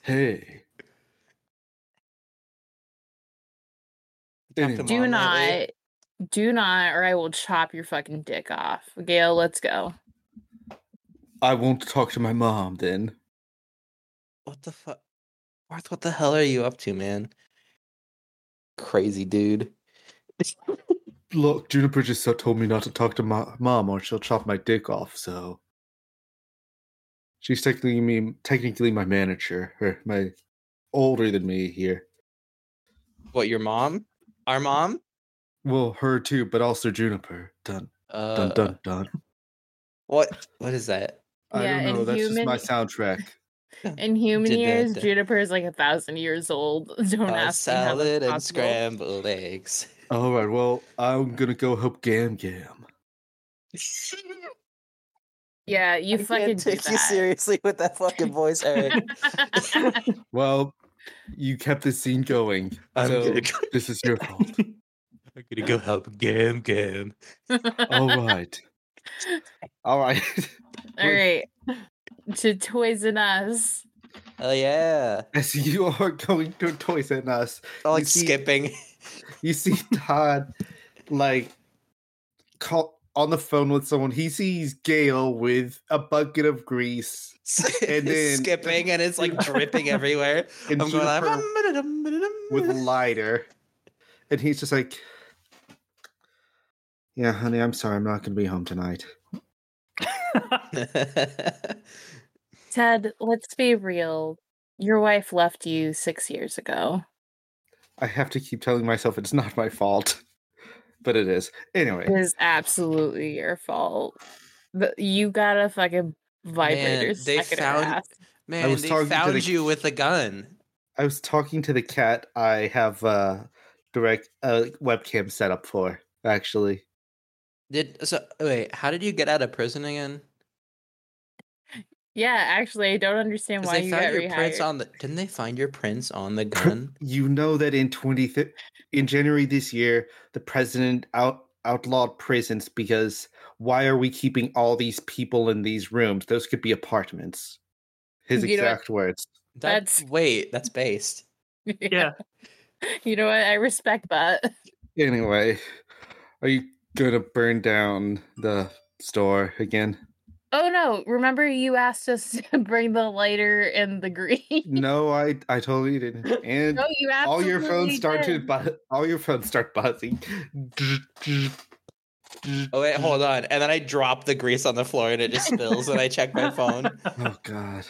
[SPEAKER 6] Hey.
[SPEAKER 4] Talk to
[SPEAKER 6] Anyway,
[SPEAKER 2] Do
[SPEAKER 4] Mom,
[SPEAKER 2] not
[SPEAKER 4] Lily.
[SPEAKER 2] do not or I will chop your fucking dick off. Gail, let's go.
[SPEAKER 6] I won't talk to my mom then.
[SPEAKER 4] What the fuck? Barth, what the hell are you up to, man? Crazy dude.
[SPEAKER 6] Look, Juniper just so- told me not to talk to my mom or she'll chop my dick off, so. She's technically me, technically my manager, or my older than me here.
[SPEAKER 4] What, your mom? Our mom?
[SPEAKER 6] Well, her too, but also Juniper. Dun
[SPEAKER 4] Uh,
[SPEAKER 6] dun dun dun.
[SPEAKER 4] What? What is that?
[SPEAKER 6] I
[SPEAKER 2] Yeah,
[SPEAKER 6] don't know.
[SPEAKER 2] and
[SPEAKER 6] That's just my
[SPEAKER 2] human-
[SPEAKER 6] soundtrack.
[SPEAKER 2] In human
[SPEAKER 4] Did that-
[SPEAKER 2] years,
[SPEAKER 4] that-
[SPEAKER 2] Juniper is like a thousand years old. (laughs) (laughs) Don't ask me
[SPEAKER 4] Uh,
[SPEAKER 2] how that's
[SPEAKER 4] salad and
[SPEAKER 2] possible.
[SPEAKER 4] scrambled eggs.
[SPEAKER 6] All right. Well, I'm gonna go help Gam Gam.
[SPEAKER 2] Yeah, you
[SPEAKER 4] I
[SPEAKER 2] fucking
[SPEAKER 4] can't
[SPEAKER 2] do
[SPEAKER 4] take
[SPEAKER 2] (laughs)
[SPEAKER 4] you (laughs) seriously with that fucking voice, Eric.
[SPEAKER 2] that.
[SPEAKER 6] Well, you kept the scene going. so this is your fault.
[SPEAKER 4] I'm gonna go help Gam Gam.
[SPEAKER 6] All right. All right. (laughs)
[SPEAKER 2] All right. To toys and us.
[SPEAKER 4] Oh yeah.
[SPEAKER 6] As you are going to toys and us,
[SPEAKER 4] Oh, like
[SPEAKER 6] You see-
[SPEAKER 4] (laughs) skipping.
[SPEAKER 6] you see (laughs) Todd like call on the phone with someone. He sees Gail with a bucket of grease.
[SPEAKER 4] (laughs)
[SPEAKER 6] And then-
[SPEAKER 4] skipping and it's like dripping everywhere.
[SPEAKER 6] (laughs) And
[SPEAKER 4] I'm going like, "Mmm,
[SPEAKER 6] Juniper with lighter. And he's just like, Yeah, honey, I'm sorry. I'm not going to be home tonight.
[SPEAKER 4] (laughs)
[SPEAKER 2] Ted, let's be real. Your wife left you six years ago.
[SPEAKER 6] I have to keep telling myself it's not my fault, (laughs) but it is.
[SPEAKER 2] It
[SPEAKER 6] Anyway,
[SPEAKER 2] is absolutely your fault. The- You got a fucking vibrator
[SPEAKER 4] Man, they
[SPEAKER 2] stuck in her
[SPEAKER 4] found-
[SPEAKER 2] ass.
[SPEAKER 4] Man,
[SPEAKER 6] was
[SPEAKER 4] they
[SPEAKER 6] talking to
[SPEAKER 4] found
[SPEAKER 6] the-
[SPEAKER 4] you with a gun.
[SPEAKER 6] I was talking to the cat I have uh direct uh, webcam set up for, actually.
[SPEAKER 4] Did so? Wait, how did you get out of prison again?
[SPEAKER 2] Yeah, actually, I don't understand
[SPEAKER 4] 'Cause
[SPEAKER 2] why
[SPEAKER 4] they
[SPEAKER 2] you
[SPEAKER 4] found
[SPEAKER 2] got
[SPEAKER 4] your prints
[SPEAKER 2] rehired.
[SPEAKER 4] on the. Didn't they find your prints on
[SPEAKER 6] (laughs)
[SPEAKER 4] the gun?
[SPEAKER 6] You know that in 20 th- in January this year, the president out outlawed prisons because why are we keeping all these people in these rooms? Those could be apartments. His
[SPEAKER 2] You know what-
[SPEAKER 6] exact words.
[SPEAKER 4] That-
[SPEAKER 2] That's-
[SPEAKER 4] wait. That's based.
[SPEAKER 2] (laughs)
[SPEAKER 1] Yeah.
[SPEAKER 2] You know what? I respect that.
[SPEAKER 6] Anyway, are you going to burn down the store again?
[SPEAKER 2] Oh no, remember you asked us (laughs) to bring the lighter and the green?
[SPEAKER 6] No, I I totally didn't.
[SPEAKER 2] (laughs)
[SPEAKER 6] And
[SPEAKER 2] No, you
[SPEAKER 6] all your
[SPEAKER 2] absolutely
[SPEAKER 6] phones
[SPEAKER 2] did.
[SPEAKER 6] started bu- all your phones start buzzing.
[SPEAKER 4] Oh wait, hold on. And then I drop the grease on the floor and it just spills. and I
[SPEAKER 2] (laughs)
[SPEAKER 4] check my phone.
[SPEAKER 6] Oh god.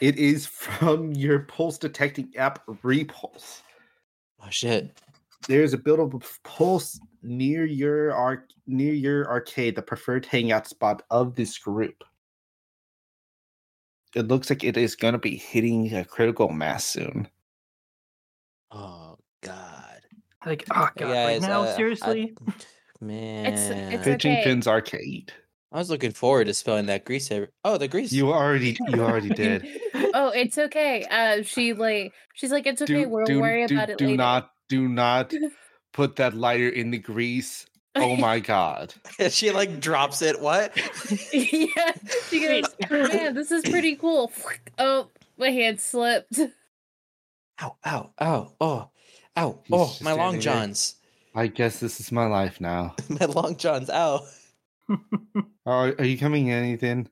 [SPEAKER 6] It is from your pulse detecting app Repulse.
[SPEAKER 4] Oh shit.
[SPEAKER 6] There's a buildup of pulse near your arc near your arcade, the preferred hangout spot of this group. It looks like it is going to be hitting a critical mass soon.
[SPEAKER 4] Oh god.
[SPEAKER 1] like, oh god, right
[SPEAKER 4] Guys,
[SPEAKER 1] now,
[SPEAKER 4] uh, I- (laughs)
[SPEAKER 1] seriously.
[SPEAKER 4] man.
[SPEAKER 2] it's a-
[SPEAKER 6] Pitching
[SPEAKER 2] okay.
[SPEAKER 6] Pins Arcade.
[SPEAKER 4] I was looking forward to spilling that grease. Every- oh, the grease.
[SPEAKER 6] You already you
[SPEAKER 1] (laughs)
[SPEAKER 2] (laughs)
[SPEAKER 6] already did.
[SPEAKER 2] oh, it's okay. Uh, she like she's like it's okay. we'll worry
[SPEAKER 6] do,
[SPEAKER 2] about it
[SPEAKER 6] do
[SPEAKER 2] later.
[SPEAKER 6] not
[SPEAKER 2] (laughs)
[SPEAKER 6] do not put that lighter in the grease oh
[SPEAKER 2] (laughs)
[SPEAKER 6] my god
[SPEAKER 4] (laughs) she like drops it. What?
[SPEAKER 2] yeah, she goes. Man, this is pretty cool. (laughs) Oh, my hand slipped. (laughs)
[SPEAKER 4] ow! Ow! Ow! Oh! Ow!
[SPEAKER 6] He's
[SPEAKER 4] Oh!
[SPEAKER 6] just
[SPEAKER 4] My long
[SPEAKER 6] standing there.
[SPEAKER 4] johns. (laughs)
[SPEAKER 6] i guess this is my life now
[SPEAKER 4] my long johns. Ow!
[SPEAKER 6] are, are you coming in ethan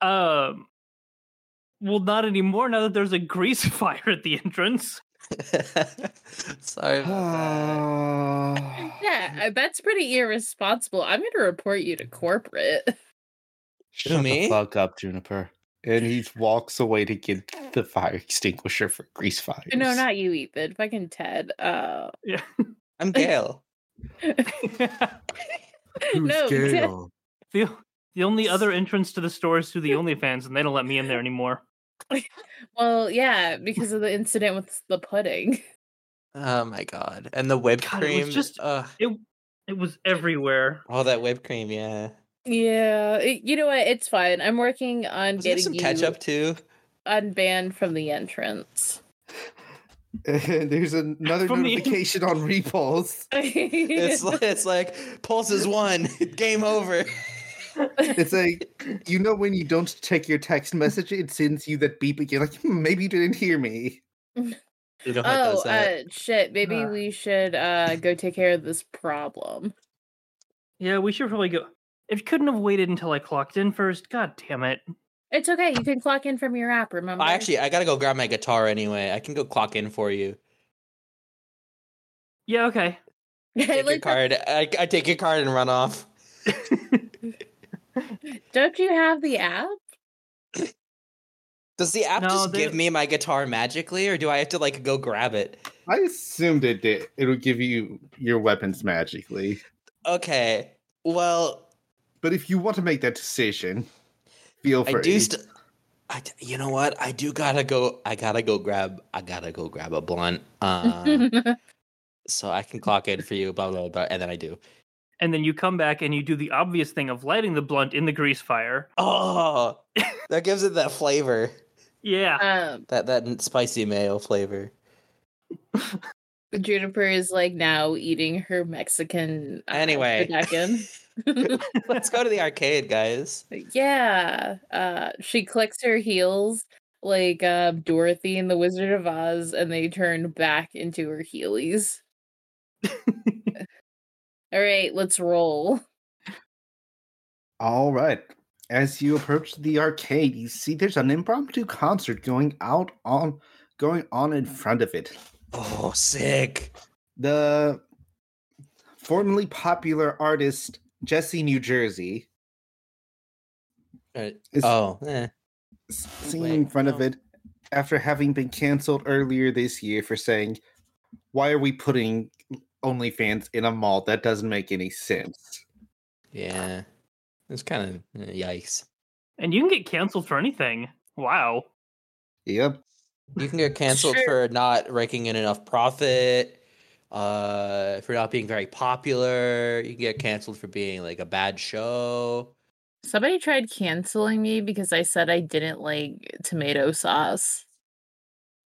[SPEAKER 1] um, well, not anymore. Now that there's a grease (laughs) fire at the entrance. (laughs)
[SPEAKER 4] (laughs) Sorry.
[SPEAKER 6] Ah,
[SPEAKER 4] about
[SPEAKER 2] Yeah, uh, that's pretty irresponsible. I'm gonna report you to corporate. (laughs)
[SPEAKER 6] shut
[SPEAKER 4] me?
[SPEAKER 6] the fuck up juniper and he walks away to get the fire extinguisher for grease fires
[SPEAKER 2] No, not you, Ethan. Fucking Ted. Uh,
[SPEAKER 1] Yeah.
[SPEAKER 4] that. I'm Gail.
[SPEAKER 2] No, (laughs)
[SPEAKER 7] Scale.
[SPEAKER 1] The, the only other entrance to the store is
[SPEAKER 2] (laughs)
[SPEAKER 1] through the OnlyFans, and they don't let me in there anymore.
[SPEAKER 2] well, yeah, because of the incident with the pudding. (laughs)
[SPEAKER 4] Oh my god! And the whipped
[SPEAKER 1] God, it was
[SPEAKER 4] cream.
[SPEAKER 1] just-
[SPEAKER 4] ugh.
[SPEAKER 1] It it was everywhere.
[SPEAKER 4] all that whipped cream. Yeah.
[SPEAKER 2] Yeah, it- you know what? It's fine. I'm working on
[SPEAKER 4] Was there
[SPEAKER 2] getting
[SPEAKER 4] some
[SPEAKER 2] you
[SPEAKER 4] ketchup too?
[SPEAKER 2] unbanned from the entrance. (laughs)
[SPEAKER 6] There's another
[SPEAKER 1] From the-
[SPEAKER 6] notification on repulse.
[SPEAKER 4] It's li- it's like pulse is one. (laughs) Game over.
[SPEAKER 6] It's like you know when you don't check your text message, it sends you that beep again. Like "Hmm, maybe you didn't hear me.
[SPEAKER 4] You know how it
[SPEAKER 2] oh
[SPEAKER 4] does (laughs) that.
[SPEAKER 2] uh, shit! Maybe
[SPEAKER 1] Ugh.
[SPEAKER 2] we should uh go take care of this problem.
[SPEAKER 1] Yeah, we should probably go. It couldn't have waited until I clocked in first. God damn it!
[SPEAKER 2] It's okay. You can clock in from your app. Remember?
[SPEAKER 4] I
[SPEAKER 2] (laughs)
[SPEAKER 4] actually I gotta go grab my guitar anyway. I can go clock in for you.
[SPEAKER 1] Yeah, okay.
[SPEAKER 2] I
[SPEAKER 4] Take your
[SPEAKER 2] like that-
[SPEAKER 4] card. I, I take your card and run off.
[SPEAKER 2] Don't you have the app?
[SPEAKER 4] Does the app
[SPEAKER 1] No,
[SPEAKER 4] just
[SPEAKER 1] they-
[SPEAKER 4] give me my guitar magically, or do I have to like go grab it?
[SPEAKER 6] I assumed it did. It'll give you your weapons magically.
[SPEAKER 4] Okay. Well,
[SPEAKER 6] But if you want to make that decision, feel free.
[SPEAKER 4] I do. St- I d- you know what? I do gotta go. I gotta go grab. I gotta go grab a blunt.
[SPEAKER 2] (laughs)
[SPEAKER 4] Uh, so I can clock in for you. Blah blah blah. And then I do.
[SPEAKER 1] And then you come back and you do the obvious thing of lighting the blunt in the grease fire.
[SPEAKER 4] Oh, (laughs) that gives it that flavor.
[SPEAKER 1] Yeah.
[SPEAKER 2] um,
[SPEAKER 4] That that spicy mayo flavor.
[SPEAKER 2] Juniper is like now eating her Mexican. Uh,
[SPEAKER 4] Anyway. (laughs)
[SPEAKER 2] Stedekin.
[SPEAKER 4] Let's go to the arcade, guys.
[SPEAKER 2] yeah. Uh, she clicks her heels like uh, Dorothy in The Wizard of Oz, and they turn back into her heelys.
[SPEAKER 4] (laughs)
[SPEAKER 2] All right, let's roll.
[SPEAKER 6] All right. As you approach the arcade, you see there's an impromptu concert going out on going on in front of it.
[SPEAKER 4] Oh, sick.
[SPEAKER 6] The formerly popular artist Jesse New Jersey
[SPEAKER 4] Uh,
[SPEAKER 6] is
[SPEAKER 4] Oh, eh.
[SPEAKER 6] singing
[SPEAKER 4] wait,
[SPEAKER 6] in front of
[SPEAKER 4] no.
[SPEAKER 6] it after having been canceled earlier this year for saying, "Why are we putting OnlyFans in a mall? That doesn't make any sense."
[SPEAKER 4] yeah. It's kind of yikes.
[SPEAKER 1] and you can get canceled for anything. Wow.
[SPEAKER 6] Yep.
[SPEAKER 4] You can get canceled
[SPEAKER 2] Sure.
[SPEAKER 4] for not raking in enough profit, uh, for not being very popular. You can get canceled for being like a bad show.
[SPEAKER 2] Somebody tried canceling me because I said I didn't like tomato sauce.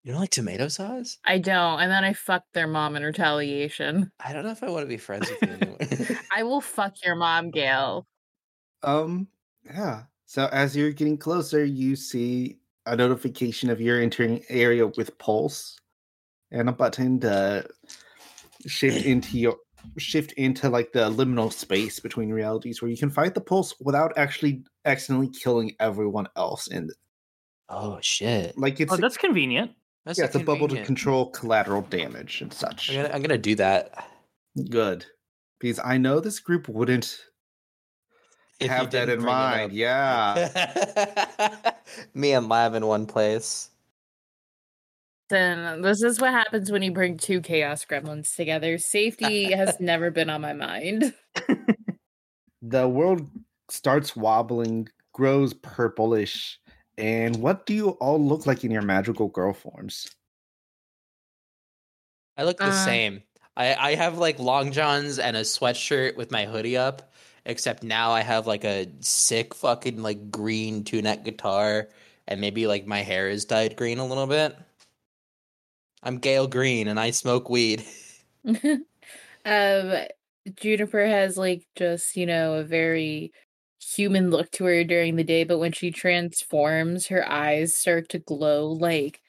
[SPEAKER 4] You don't like tomato sauce?
[SPEAKER 2] I don't. And then I fucked their mom in retaliation.
[SPEAKER 4] I don't know if I want to be friends with you anymore. (laughs)
[SPEAKER 2] I will fuck your mom, Gail.
[SPEAKER 6] Um, yeah. So as you're getting closer, you see a notification of you're entering area with pulse and a button to shift into your shift into like the liminal space between realities where you can fight the pulse without actually accidentally killing everyone else and
[SPEAKER 4] oh shit!
[SPEAKER 6] like it's
[SPEAKER 1] Oh, that's convenient.
[SPEAKER 4] That's
[SPEAKER 6] yeah, it's a bubble to
[SPEAKER 4] convenient.
[SPEAKER 6] control collateral damage and such.
[SPEAKER 4] I'm gonna, I'm gonna do that.
[SPEAKER 6] Good. Because I know this group wouldn't
[SPEAKER 4] if you
[SPEAKER 6] have that
[SPEAKER 4] didn't
[SPEAKER 6] in
[SPEAKER 4] bring it up.
[SPEAKER 6] mind. Yeah.
[SPEAKER 4] (laughs) Me and Lab in one place.
[SPEAKER 2] Then this is what happens when you bring two chaos gremlins together. Safety has never been on my mind.
[SPEAKER 6] the world starts wobbling, grows purplish, and what do you all look like in your magical girl forms?
[SPEAKER 4] I look the
[SPEAKER 2] Uh,
[SPEAKER 4] same. I, I have like long johns and a sweatshirt with my hoodie up, except now I have like a sick fucking like green two neck guitar, and maybe like my hair is dyed green a little bit. I'm Gail Green and I smoke weed. (laughs)
[SPEAKER 2] (laughs) um, Juniper has like just you know a very human look to her during the day, but when she transforms, her eyes start to glow like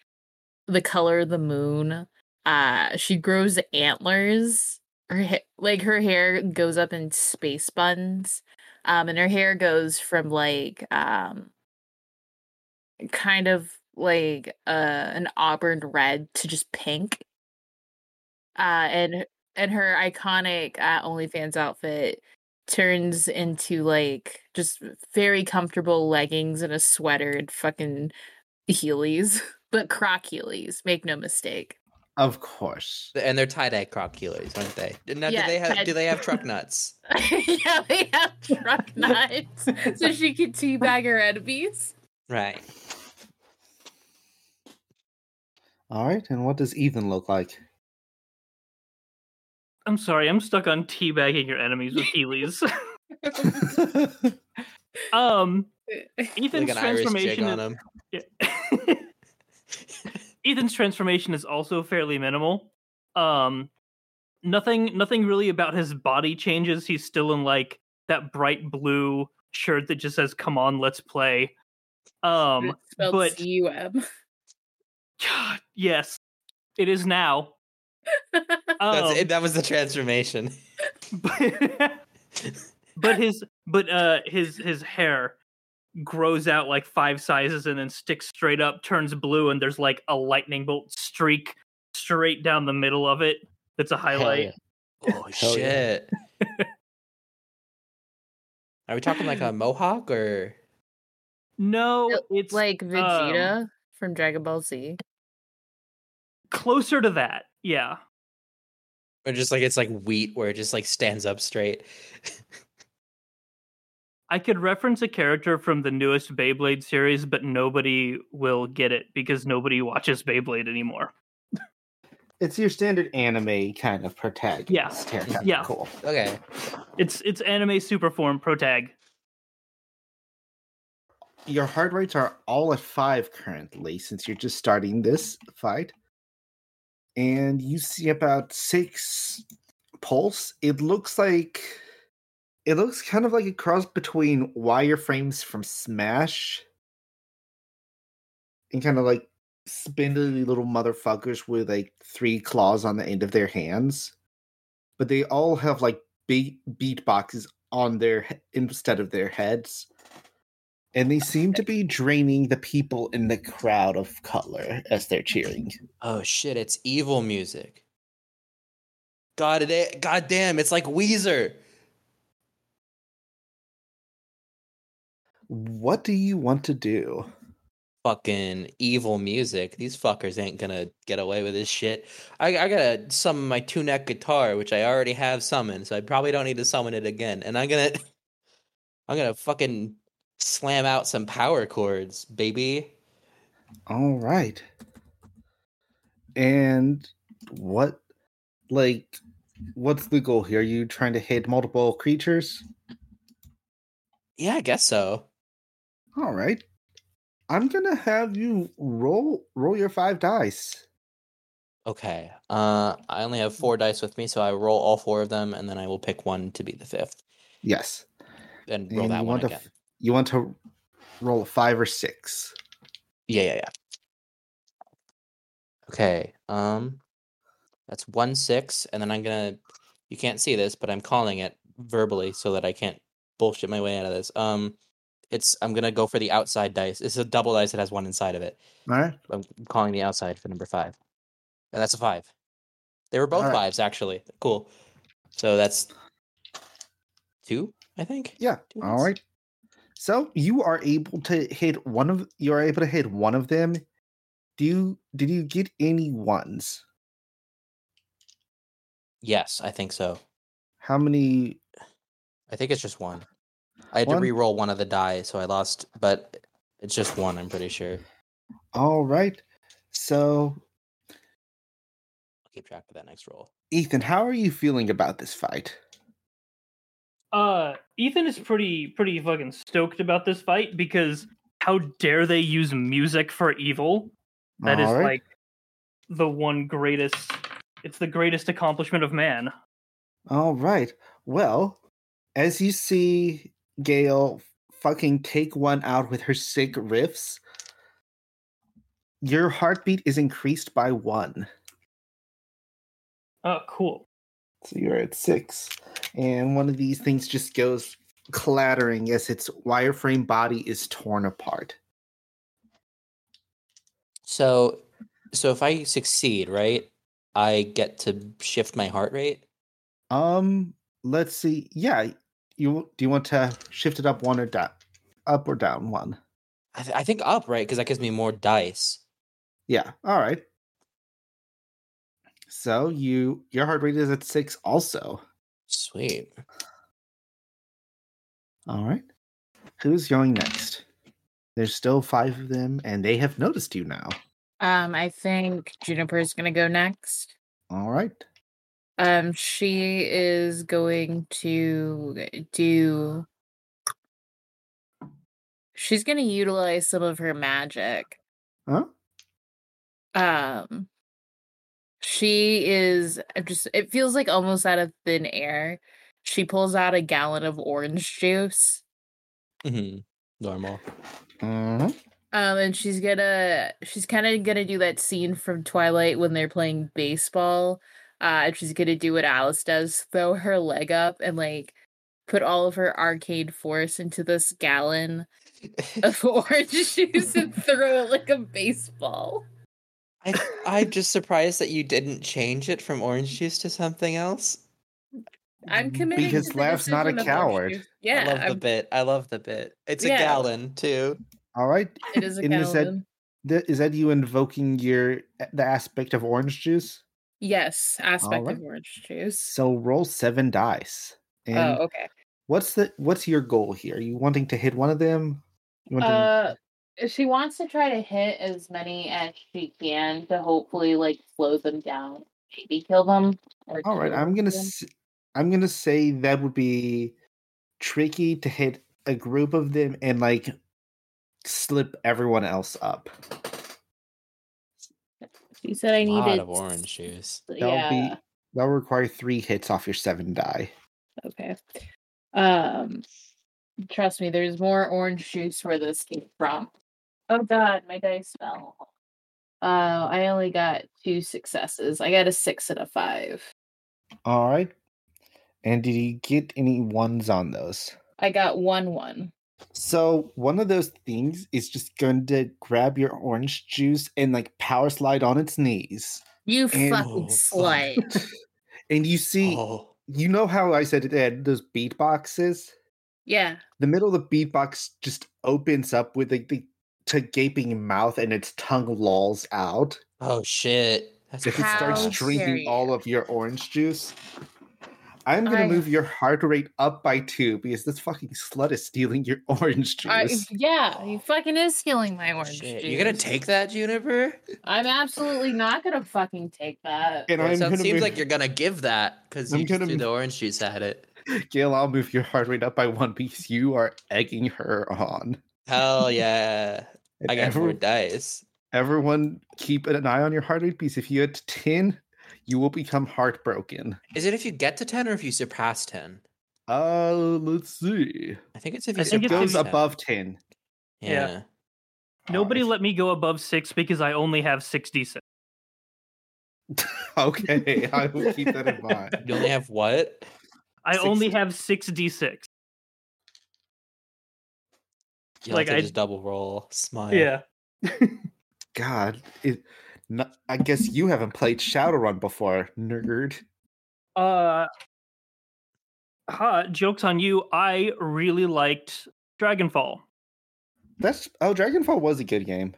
[SPEAKER 2] the color of the moon. Uh, she grows antlers. Her ha- like her hair goes up in space buns, um, and her hair goes from like um, kind of like uh, an auburn red to just pink. Uh, and and her iconic uh, OnlyFans outfit turns into like just very comfortable leggings and a (laughs) sweater and fucking heelys, but croc heelys. Make no mistake. (laughs)
[SPEAKER 6] Of course.
[SPEAKER 4] And they're tie dye crop killers, aren't they? Now,
[SPEAKER 2] Yeah,
[SPEAKER 4] do they have
[SPEAKER 2] tie-
[SPEAKER 4] do they have truck nuts?
[SPEAKER 2] yeah, they have truck knives,
[SPEAKER 1] (laughs)
[SPEAKER 2] so she could teabag her enemies.
[SPEAKER 4] Right.
[SPEAKER 6] All right, and what does Ethan look like?
[SPEAKER 1] I'm sorry, I'm stuck on teabagging your enemies with
[SPEAKER 4] (laughs)
[SPEAKER 1] Heelys. (laughs) um, Ethan's
[SPEAKER 4] like an Irish jig
[SPEAKER 1] transformation. is-
[SPEAKER 4] on them.
[SPEAKER 1] Yeah. (laughs) Ethan's transformation is also fairly minimal. Um, nothing, nothing really about his body changes. He's still in like that bright blue shirt that just says "Come on, let's play." Um,
[SPEAKER 2] It's spelled
[SPEAKER 1] but- (laughs)
[SPEAKER 2] C-U-M.
[SPEAKER 1] God, (sighs) yes, it is now.
[SPEAKER 4] That's
[SPEAKER 1] Um,
[SPEAKER 4] it. That was the
[SPEAKER 5] (laughs)
[SPEAKER 4] transformation.
[SPEAKER 1] but, (laughs) but his but uh his his hair grows out like five sizes and then sticks straight up turns blue and there's like a lightning bolt streak straight down the middle of it that's a highlight
[SPEAKER 4] Oh
[SPEAKER 5] Hell yeah. (laughs)
[SPEAKER 4] shit. Are we talking like a mohawk or
[SPEAKER 1] no
[SPEAKER 2] It-
[SPEAKER 1] it's like
[SPEAKER 2] Like Vegeta
[SPEAKER 1] Um
[SPEAKER 2] from Dragon Ball Z.
[SPEAKER 1] closer to that yeah
[SPEAKER 4] or just like it's like wheat where it just like stands up straight?
[SPEAKER 1] i could reference a character from the newest beyblade series but nobody will get it because nobody watches beyblade anymore
[SPEAKER 6] it's your standard anime kind of protagonist. haircut.
[SPEAKER 1] Yeah.
[SPEAKER 6] Cool.
[SPEAKER 4] Okay.
[SPEAKER 1] it's it's anime super form pro tag
[SPEAKER 6] Your heart rates are all at five currently since you're just starting this fight. And you see about six pulse. It looks like it looks kind of like a cross between wireframes from Smash and kind of like spindly little motherfuckers with like three claws on the end of their hands. But they all have like beat beatboxes on their he- instead of their heads and they seem to be draining the people in the crowd of color as they're cheering.
[SPEAKER 4] Oh shit, it's evil music. God da- god damn, it's like Weezer.
[SPEAKER 6] What do you want to do?
[SPEAKER 4] Fucking evil music. These fuckers ain't gonna get away with this shit. I, I gotta summon my two neck guitar, which I already have summoned, so I probably don't need to summon it again. And I'm gonna (laughs) I'm gonna fucking slam out some power chords, baby.
[SPEAKER 6] All right. And what, like, what's the goal here? Are you trying to hit multiple creatures?
[SPEAKER 4] Yeah, I guess so.
[SPEAKER 6] All right. I'm gonna have you roll roll your five dice.
[SPEAKER 4] Okay. Uh I only have four dice with me, so I roll all four of them and then I will pick one to be the fifth.
[SPEAKER 6] Yes.
[SPEAKER 4] And roll
[SPEAKER 6] And
[SPEAKER 4] that
[SPEAKER 6] you
[SPEAKER 4] one
[SPEAKER 6] want to
[SPEAKER 4] again.
[SPEAKER 6] f- you want to roll a five or six.
[SPEAKER 4] Yeah, yeah, yeah. Okay. Um that's one six, and then I'm gonna you can't see this, but I'm calling it verbally so that I can't bullshit my way out of this. Um it's I'm gonna go for the outside dice. It's a double dice that has one inside of it.
[SPEAKER 6] All right.
[SPEAKER 4] I'm calling the outside for number five. And that's a five. They were both
[SPEAKER 6] Alright.
[SPEAKER 4] fives, actually. Cool. So that's two, I think.
[SPEAKER 6] Yeah.
[SPEAKER 4] Two
[SPEAKER 6] All
[SPEAKER 4] hits?
[SPEAKER 6] right. So you are able to hit one of you are able to hit one of them. Do you did you get any ones?
[SPEAKER 4] Yes, I think so.
[SPEAKER 6] How many
[SPEAKER 4] I think it's just one. I had
[SPEAKER 6] One?
[SPEAKER 4] to re-roll one of the die, so I lost, but it's just one. I'm pretty sure. I'll
[SPEAKER 6] all right. So
[SPEAKER 4] keep track of that next roll.
[SPEAKER 6] Ethan, how are you feeling about this fight?
[SPEAKER 1] Uh, Ethan is pretty pretty fucking stoked about this fight because how dare they use music for evil? That is
[SPEAKER 6] All right.
[SPEAKER 1] like the one greatest. It's the greatest accomplishment of man.
[SPEAKER 6] All right. Well, as you see Gail fucking take one out with her sick riffs, your heartbeat is increased by one.
[SPEAKER 1] Oh, cool.
[SPEAKER 6] So you're at six. And one of these things just goes clattering as its wireframe body is torn apart.
[SPEAKER 4] So, so if I succeed, right, I get to shift my heart rate.
[SPEAKER 6] Um, let's see. Yeah, you do you want to shift it up one or down? Up or down one?
[SPEAKER 4] I, th- I think up, right, because that gives me more dice.
[SPEAKER 6] Yeah. All right. So you your heart rate is at six also.
[SPEAKER 4] Sweet.
[SPEAKER 6] All right. Who's going next? There's still five of them, and they have noticed you now.
[SPEAKER 2] Um, I think Juniper's gonna go next.
[SPEAKER 6] All right.
[SPEAKER 2] Um, she is going to do. She's gonna utilize some of her magic.
[SPEAKER 6] Huh?
[SPEAKER 2] Um, she is uh, just. It feels like almost out of thin air. She pulls out a gallon of orange juice.
[SPEAKER 4] hmm Normal. (laughs)
[SPEAKER 6] Mhm.
[SPEAKER 2] Um, and she's gonna she's kind of gonna do that scene from Twilight when they're playing baseball. Uh, and she's gonna do what Alice does: throw her leg up and like put all of her arcade force into this gallon (laughs) of orange juice
[SPEAKER 6] (laughs)
[SPEAKER 2] and throw it like a baseball.
[SPEAKER 4] I, I'm just surprised that you didn't change it from orange juice to something else.
[SPEAKER 2] I'm committing
[SPEAKER 6] Mm-hmm. Because
[SPEAKER 2] to the
[SPEAKER 6] Laugh's not a
[SPEAKER 2] decision of orange
[SPEAKER 6] coward.
[SPEAKER 2] juice.
[SPEAKER 4] I love
[SPEAKER 2] Yeah,
[SPEAKER 4] the bit. I love the bit. It's
[SPEAKER 2] Yeah.
[SPEAKER 4] a gallon too.
[SPEAKER 6] All right.
[SPEAKER 2] I'm- it
[SPEAKER 6] (laughs)
[SPEAKER 2] is a
[SPEAKER 6] and is that-
[SPEAKER 2] gallon.
[SPEAKER 6] Th- is that you invoking your the aspect of orange juice?
[SPEAKER 2] Yes, aspect
[SPEAKER 6] Alright.
[SPEAKER 2] of orange juice.
[SPEAKER 6] So roll seven dice. And
[SPEAKER 2] oh, okay.
[SPEAKER 6] what's the what's your goal here? Are you wanting to hit one of them? You want to-
[SPEAKER 2] Uh, she wants to try to hit as many as she can to hopefully like slow them down, maybe kill them. or
[SPEAKER 6] All right,
[SPEAKER 2] kill
[SPEAKER 6] I'm gonna
[SPEAKER 2] them.
[SPEAKER 6] s- I'm gonna say that would be tricky to hit a group of them and like slip everyone else up.
[SPEAKER 2] She said I needed
[SPEAKER 4] lot of orange juice.
[SPEAKER 6] That'll
[SPEAKER 2] Yeah.
[SPEAKER 6] be that'll require three hits off your seven die.
[SPEAKER 2] Okay. Um, trust me, there's more orange juice where this came from. Oh God, my dice fell. Uh, I only got two successes. I got a six and a five.
[SPEAKER 6] All right. And did you get any ones on those?
[SPEAKER 2] I got one one.
[SPEAKER 6] So one of those things is just going to grab your orange juice and like power slide on its knees.
[SPEAKER 2] You
[SPEAKER 6] And-
[SPEAKER 4] Oh,
[SPEAKER 2] fucking
[SPEAKER 4] fuck.
[SPEAKER 2] slay.
[SPEAKER 4] (laughs)
[SPEAKER 6] And you see,
[SPEAKER 4] Oh,
[SPEAKER 6] you know how I said it had those beatboxes?
[SPEAKER 2] yeah.
[SPEAKER 6] The middle of the beatbox just opens up with like the to gaping mouth and its tongue lolls out.
[SPEAKER 4] oh shit. That's
[SPEAKER 6] If it starts
[SPEAKER 2] How
[SPEAKER 4] gross.
[SPEAKER 2] dare
[SPEAKER 6] drinking
[SPEAKER 2] you.
[SPEAKER 6] all of your orange juice. I'm gonna
[SPEAKER 2] I-
[SPEAKER 6] move your heart rate up by two because this fucking slut is stealing your (laughs) orange
[SPEAKER 2] I- (laughs)
[SPEAKER 6] juice.
[SPEAKER 2] yeah, he fucking is stealing my orange
[SPEAKER 4] Shit,
[SPEAKER 2] juice.
[SPEAKER 4] You're gonna take that, Juniper?
[SPEAKER 2] I'm absolutely not gonna fucking take that.
[SPEAKER 6] and
[SPEAKER 4] Well,
[SPEAKER 6] I'm
[SPEAKER 4] it sounds-
[SPEAKER 6] gonna
[SPEAKER 4] seems
[SPEAKER 6] move-
[SPEAKER 4] like you're gonna give that because
[SPEAKER 6] I'm
[SPEAKER 4] you just
[SPEAKER 6] gonna
[SPEAKER 4] threw
[SPEAKER 6] m-
[SPEAKER 4] the orange juice at it.
[SPEAKER 6] Gail, I'll move your heart rate up by one because you are egging her on.
[SPEAKER 4] Hell yeah!
[SPEAKER 6] And
[SPEAKER 4] I got
[SPEAKER 6] every-
[SPEAKER 4] four dice.
[SPEAKER 6] everyone keep an eye on your heart rate because if you hit 10, you will become heartbroken.
[SPEAKER 4] Is it if you get to ten or if you surpass ten?
[SPEAKER 6] Uh, let's see.
[SPEAKER 4] I think it's if
[SPEAKER 1] I
[SPEAKER 4] you
[SPEAKER 1] think it's
[SPEAKER 4] surpass
[SPEAKER 6] It goes
[SPEAKER 4] 10.
[SPEAKER 6] above 10.
[SPEAKER 1] Yeah.
[SPEAKER 4] Yeah.
[SPEAKER 1] Nobody
[SPEAKER 4] (laughs)
[SPEAKER 6] Alright.
[SPEAKER 1] let me go above six because I only have 66.
[SPEAKER 6] Okay, I will keep that in mind.
[SPEAKER 4] You only have what?
[SPEAKER 1] (laughs) I
[SPEAKER 6] Six-
[SPEAKER 1] only have 6d6.
[SPEAKER 4] You
[SPEAKER 1] Like,
[SPEAKER 4] like I
[SPEAKER 1] I-
[SPEAKER 4] just double roll. Smile.
[SPEAKER 6] God, it, no- I guess you haven't played Shadowrun before, nerd.
[SPEAKER 1] Uh, ha, jokes on you. I really liked Dragonfall.
[SPEAKER 6] That's oh, Dragonfall was a good game.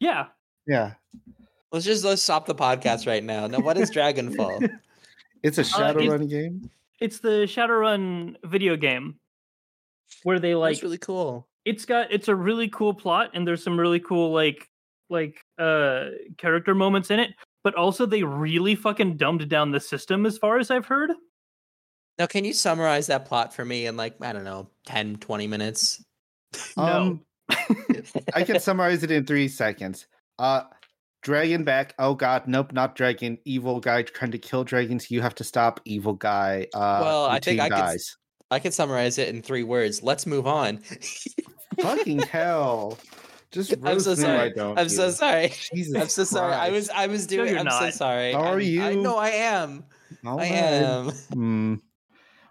[SPEAKER 1] Yeah.
[SPEAKER 6] Yeah,
[SPEAKER 4] Let's just let's stop the podcast right now. Now, what is (laughs) Dragonfall? Oh,
[SPEAKER 6] it's a
[SPEAKER 1] Uh, it's-
[SPEAKER 6] Shadowrun game.
[SPEAKER 1] It's the Shadowrun video game where they like
[SPEAKER 4] That's really cool.
[SPEAKER 1] it's got it's a really cool plot and there's some really cool like like uh character moments in it, but also they really fucking dumbed down the system as far as I've heard.
[SPEAKER 4] Now, can you summarize that plot for me in like I don't know, 10, 20 minutes?
[SPEAKER 1] No.
[SPEAKER 6] Um, I can summarize it in three seconds. Uh Dragon back. Oh god, nope, not dragon. Evil guy trying to kill dragons. You have to stop evil guy. Uh
[SPEAKER 4] Well, I
[SPEAKER 6] your
[SPEAKER 4] think
[SPEAKER 6] team
[SPEAKER 4] I could s-
[SPEAKER 6] dies.
[SPEAKER 4] I could summarize it in three words. Let's move on. (laughs)
[SPEAKER 6] Fucking hell. Just
[SPEAKER 4] I'm
[SPEAKER 6] roast
[SPEAKER 4] so
[SPEAKER 6] me,
[SPEAKER 4] sorry.
[SPEAKER 6] why don't
[SPEAKER 4] I'm so
[SPEAKER 6] you?
[SPEAKER 4] sorry.
[SPEAKER 6] Jesus
[SPEAKER 4] I'm so sorry. I was I was
[SPEAKER 1] No,
[SPEAKER 4] doing.
[SPEAKER 1] you're
[SPEAKER 4] I'm so
[SPEAKER 1] not.
[SPEAKER 4] sorry.
[SPEAKER 6] How are
[SPEAKER 4] I'm- I,
[SPEAKER 6] you?
[SPEAKER 4] no, I am.
[SPEAKER 6] All
[SPEAKER 4] I
[SPEAKER 6] right.
[SPEAKER 4] am.
[SPEAKER 6] Hmm.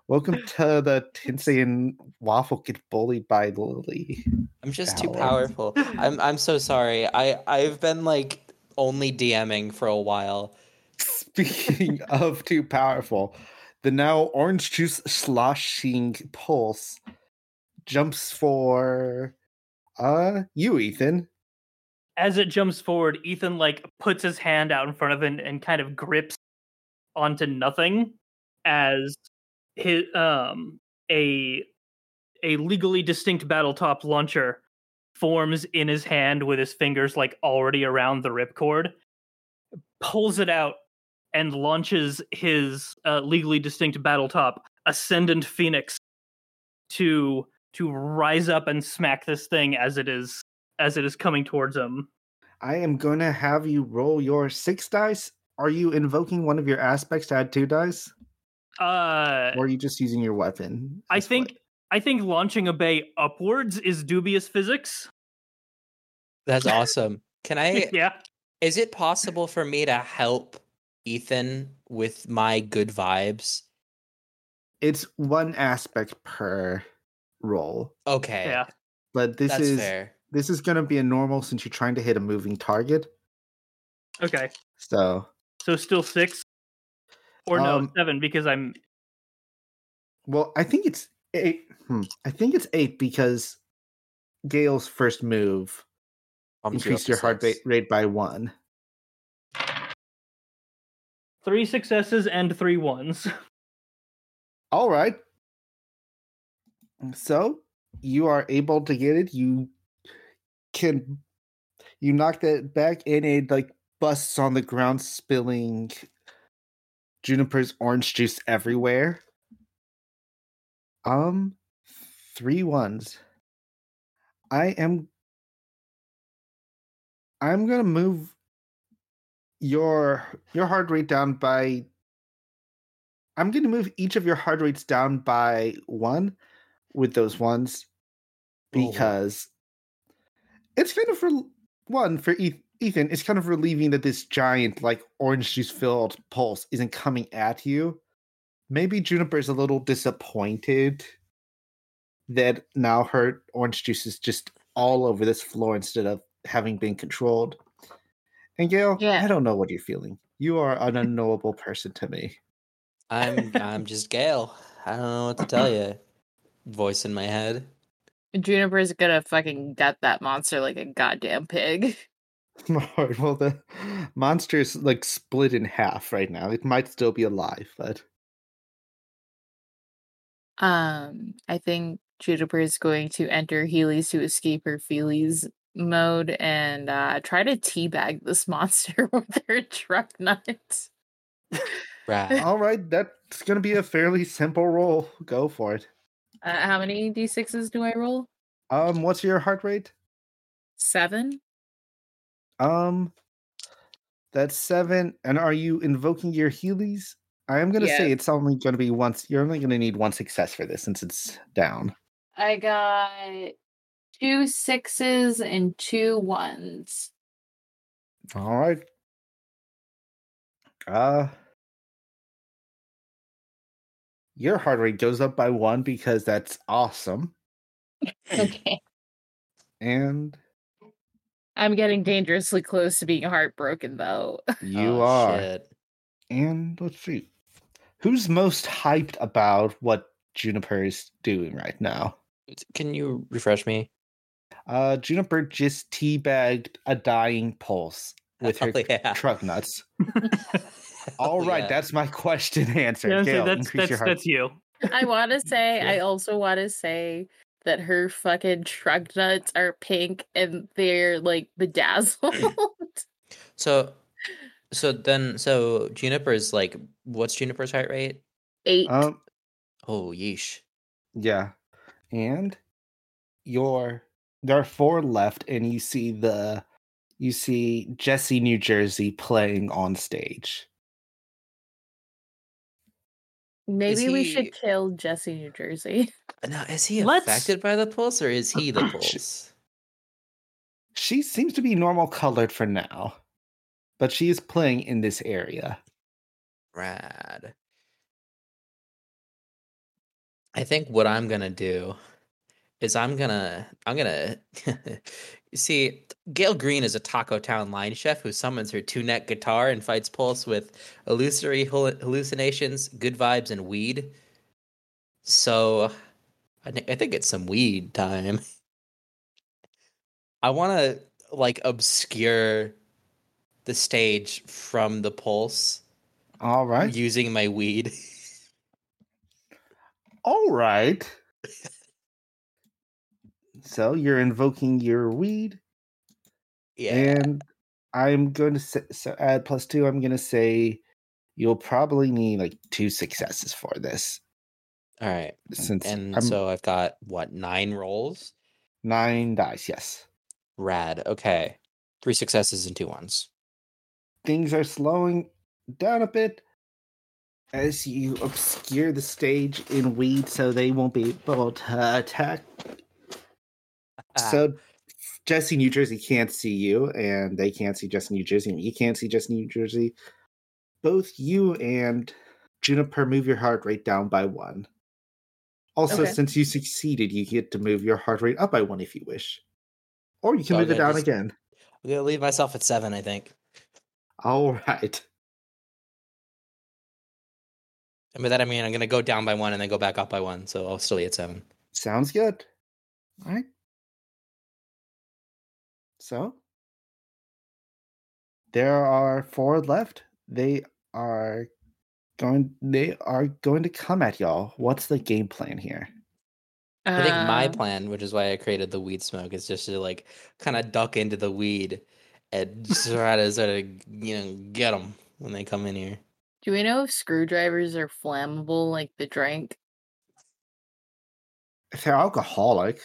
[SPEAKER 6] Welcome to the Tensei and Waffle get bullied by Lily.
[SPEAKER 4] I'm just too
[SPEAKER 6] Alex.
[SPEAKER 4] powerful. I'm I'm so sorry. I I've been like only DMing for a while.
[SPEAKER 6] Speaking (laughs) of too powerful, the now orange juice sloshing pulse jumps for uh you, Ethan.
[SPEAKER 1] As it jumps forward, Ethan like puts his hand out in front of it and kind of grips onto nothing as his um a a legally distinct battletop launcher forms in his hand with his fingers like already around the ripcord, pulls it out, and launches his uh, legally distinct battletop ascendant phoenix to to rise up and smack this thing as it is as it is coming towards him.
[SPEAKER 6] I am going to have you roll your six dice. Are you invoking one of your aspects to add two dice?
[SPEAKER 1] Uh,
[SPEAKER 6] Or are you just using your weapon?
[SPEAKER 1] I
[SPEAKER 6] That's what-
[SPEAKER 1] think I think launching a bay upwards is dubious physics. (laughs)
[SPEAKER 4] That's awesome. Can I?
[SPEAKER 1] yeah.
[SPEAKER 4] Is it possible for me to help Ethan with my good vibes?
[SPEAKER 6] it's one aspect per roll.
[SPEAKER 4] Okay,
[SPEAKER 1] Yeah.
[SPEAKER 6] But this
[SPEAKER 4] that's
[SPEAKER 6] is
[SPEAKER 4] fair.
[SPEAKER 6] this is going to be a normal since you're trying to hit a moving target.
[SPEAKER 1] Okay.
[SPEAKER 6] So
[SPEAKER 1] So still six, or no
[SPEAKER 6] Um,
[SPEAKER 1] seven because I'm
[SPEAKER 6] Well, I think it's eight. Hmm. I think it's eight because Gale's first move
[SPEAKER 4] Bumps you up
[SPEAKER 6] increased
[SPEAKER 4] to
[SPEAKER 6] your heart
[SPEAKER 4] six.
[SPEAKER 6] rate, rate by one.
[SPEAKER 1] three successes and three ones. (laughs)
[SPEAKER 6] All right. So you are able to get it. You can you knock that back, and it like busts on the ground, spilling Juniper's orange juice everywhere. Um, three ones. I am. I'm gonna move your your heart rate down by I'm going to move each of your hard rates down by one with those ones
[SPEAKER 4] Oh, wow.
[SPEAKER 6] because it's kind of rel one for Eth- Ethan. It's kind of relieving that this giant, like orange juice filled pulse, isn't coming at you. Maybe Juniper is a little disappointed that now her orange juice is just all over this floor instead of having been controlled. And Gail,
[SPEAKER 2] Yeah.
[SPEAKER 6] I don't know what you're feeling. You are an unknowable person to me.
[SPEAKER 4] I'm I'm just Gale. I don't know what to tell you. Voice in my head.
[SPEAKER 2] Juniper's gonna fucking gut that monster like a goddamn pig. (laughs)
[SPEAKER 6] (laughs) Alright, well the monster is like split in half right now. It might still be alive, (laughs) but
[SPEAKER 2] Um, I think Juniper is going to enter Healy's to escape her Feelies mode and uh, try to teabag this (laughs) monster with her truck nut.
[SPEAKER 4] Right.
[SPEAKER 6] alright, that's gonna be a fairly simple roll. Go for it.
[SPEAKER 2] Uh, how many d6s do I roll?
[SPEAKER 6] Um, what's your heart rate?
[SPEAKER 2] Seven.
[SPEAKER 6] Um that's seven. And are you invoking your Heelys? I am gonna say it's only gonna be once you're only gonna need one success for this since it's down.
[SPEAKER 2] I got two sixes and two (laughs) ones.
[SPEAKER 6] All right. Uh your heart rate goes up by one because that's awesome.
[SPEAKER 2] Okay.
[SPEAKER 6] And
[SPEAKER 2] I'm getting dangerously close to being heartbroken though.
[SPEAKER 6] (laughs) you
[SPEAKER 4] Oh,
[SPEAKER 6] are.
[SPEAKER 4] shit.
[SPEAKER 6] And let's see. Who's most hyped about what Juniper is doing right now?
[SPEAKER 4] Can you refresh me?
[SPEAKER 6] Uh Juniper just teabagged a dying pulse (laughs) with her
[SPEAKER 4] Hell Oh, yeah. (laughs)
[SPEAKER 6] truck nuts.
[SPEAKER 4] Hell
[SPEAKER 6] All right,
[SPEAKER 4] yeah.
[SPEAKER 6] that's my (laughs) question answered.
[SPEAKER 1] Yeah, so
[SPEAKER 6] Gale,
[SPEAKER 1] that's
[SPEAKER 6] increase your
[SPEAKER 1] that's
[SPEAKER 6] heart
[SPEAKER 1] that's you.
[SPEAKER 2] I want to say, I
[SPEAKER 6] Yeah.
[SPEAKER 2] also want to say that her fucking truck nuts are pink and they're like bedazzled. (laughs)
[SPEAKER 4] so. So then, so Juniper's like, what's Juniper's heart rate?
[SPEAKER 2] Eight.
[SPEAKER 6] Um,
[SPEAKER 4] Oh, yeesh.
[SPEAKER 6] Yeah. And your there are four left and you see the you see Jesse New Jersey playing on stage.
[SPEAKER 2] Maybe we
[SPEAKER 4] he-
[SPEAKER 2] should kill Jesse, New Jersey.
[SPEAKER 4] Now, is he
[SPEAKER 1] Let's-
[SPEAKER 4] affected by the pulse or is
[SPEAKER 6] (clears throat)
[SPEAKER 4] he the pulse?
[SPEAKER 6] She seems to be normal colored for now, but she is playing in this area.
[SPEAKER 4] Rad. I think what I'm gonna do is I'm gonna I'm gonna (laughs) you see Gail Green is a Taco Town line chef who summons her two neck guitar and fights pulse with illusory hal- hallucinations, good vibes, and weed. So I, thi- I think it's some weed time. I want to like obscure the stage from the pulse
[SPEAKER 6] All right.
[SPEAKER 4] using my weed. (laughs)
[SPEAKER 6] All right. so you're invoking your weed,
[SPEAKER 4] yeah.
[SPEAKER 6] and I'm going to say, so add plus two. I'm going to say you'll probably need like two successes for this,
[SPEAKER 4] All right.
[SPEAKER 6] since
[SPEAKER 4] And
[SPEAKER 6] I'm
[SPEAKER 4] so I've got what nine rolls.
[SPEAKER 6] nine dice. Yes,
[SPEAKER 4] Rad. Okay. Three successes and two ones.
[SPEAKER 6] things are slowing down a bit as you obscure the stage in weed, so they won't be able to attack
[SPEAKER 4] Ah, Uh,
[SPEAKER 6] So Jesse New Jersey can't see you, and they can't see Jesse New Jersey, and you can't see Jesse New Jersey. Both you and Juniper move your heart rate down by one. Also,
[SPEAKER 2] Okay.
[SPEAKER 6] since you succeeded, you get to move your heart rate up by one if you wish. Or you can
[SPEAKER 4] So
[SPEAKER 6] move it
[SPEAKER 4] that
[SPEAKER 6] down
[SPEAKER 4] is-
[SPEAKER 6] again.
[SPEAKER 4] I'm gonna leave myself at seven, I think.
[SPEAKER 6] All (laughs) right.
[SPEAKER 4] And by that I mean I'm gonna go down by one and then go back up by one, so I'll still be at seven.
[SPEAKER 6] Sounds good. All right. So there are four left. They are going they are going to come at y'all. What's the game plan here?
[SPEAKER 4] I think my
[SPEAKER 2] Uh,
[SPEAKER 4] plan, which is why I created the weed smoke, is just to like kind of duck into the weed and (laughs) try to sort of you know get them when they come in here.
[SPEAKER 2] Do we know if screwdrivers are flammable like the drink?
[SPEAKER 6] If they're alcoholic,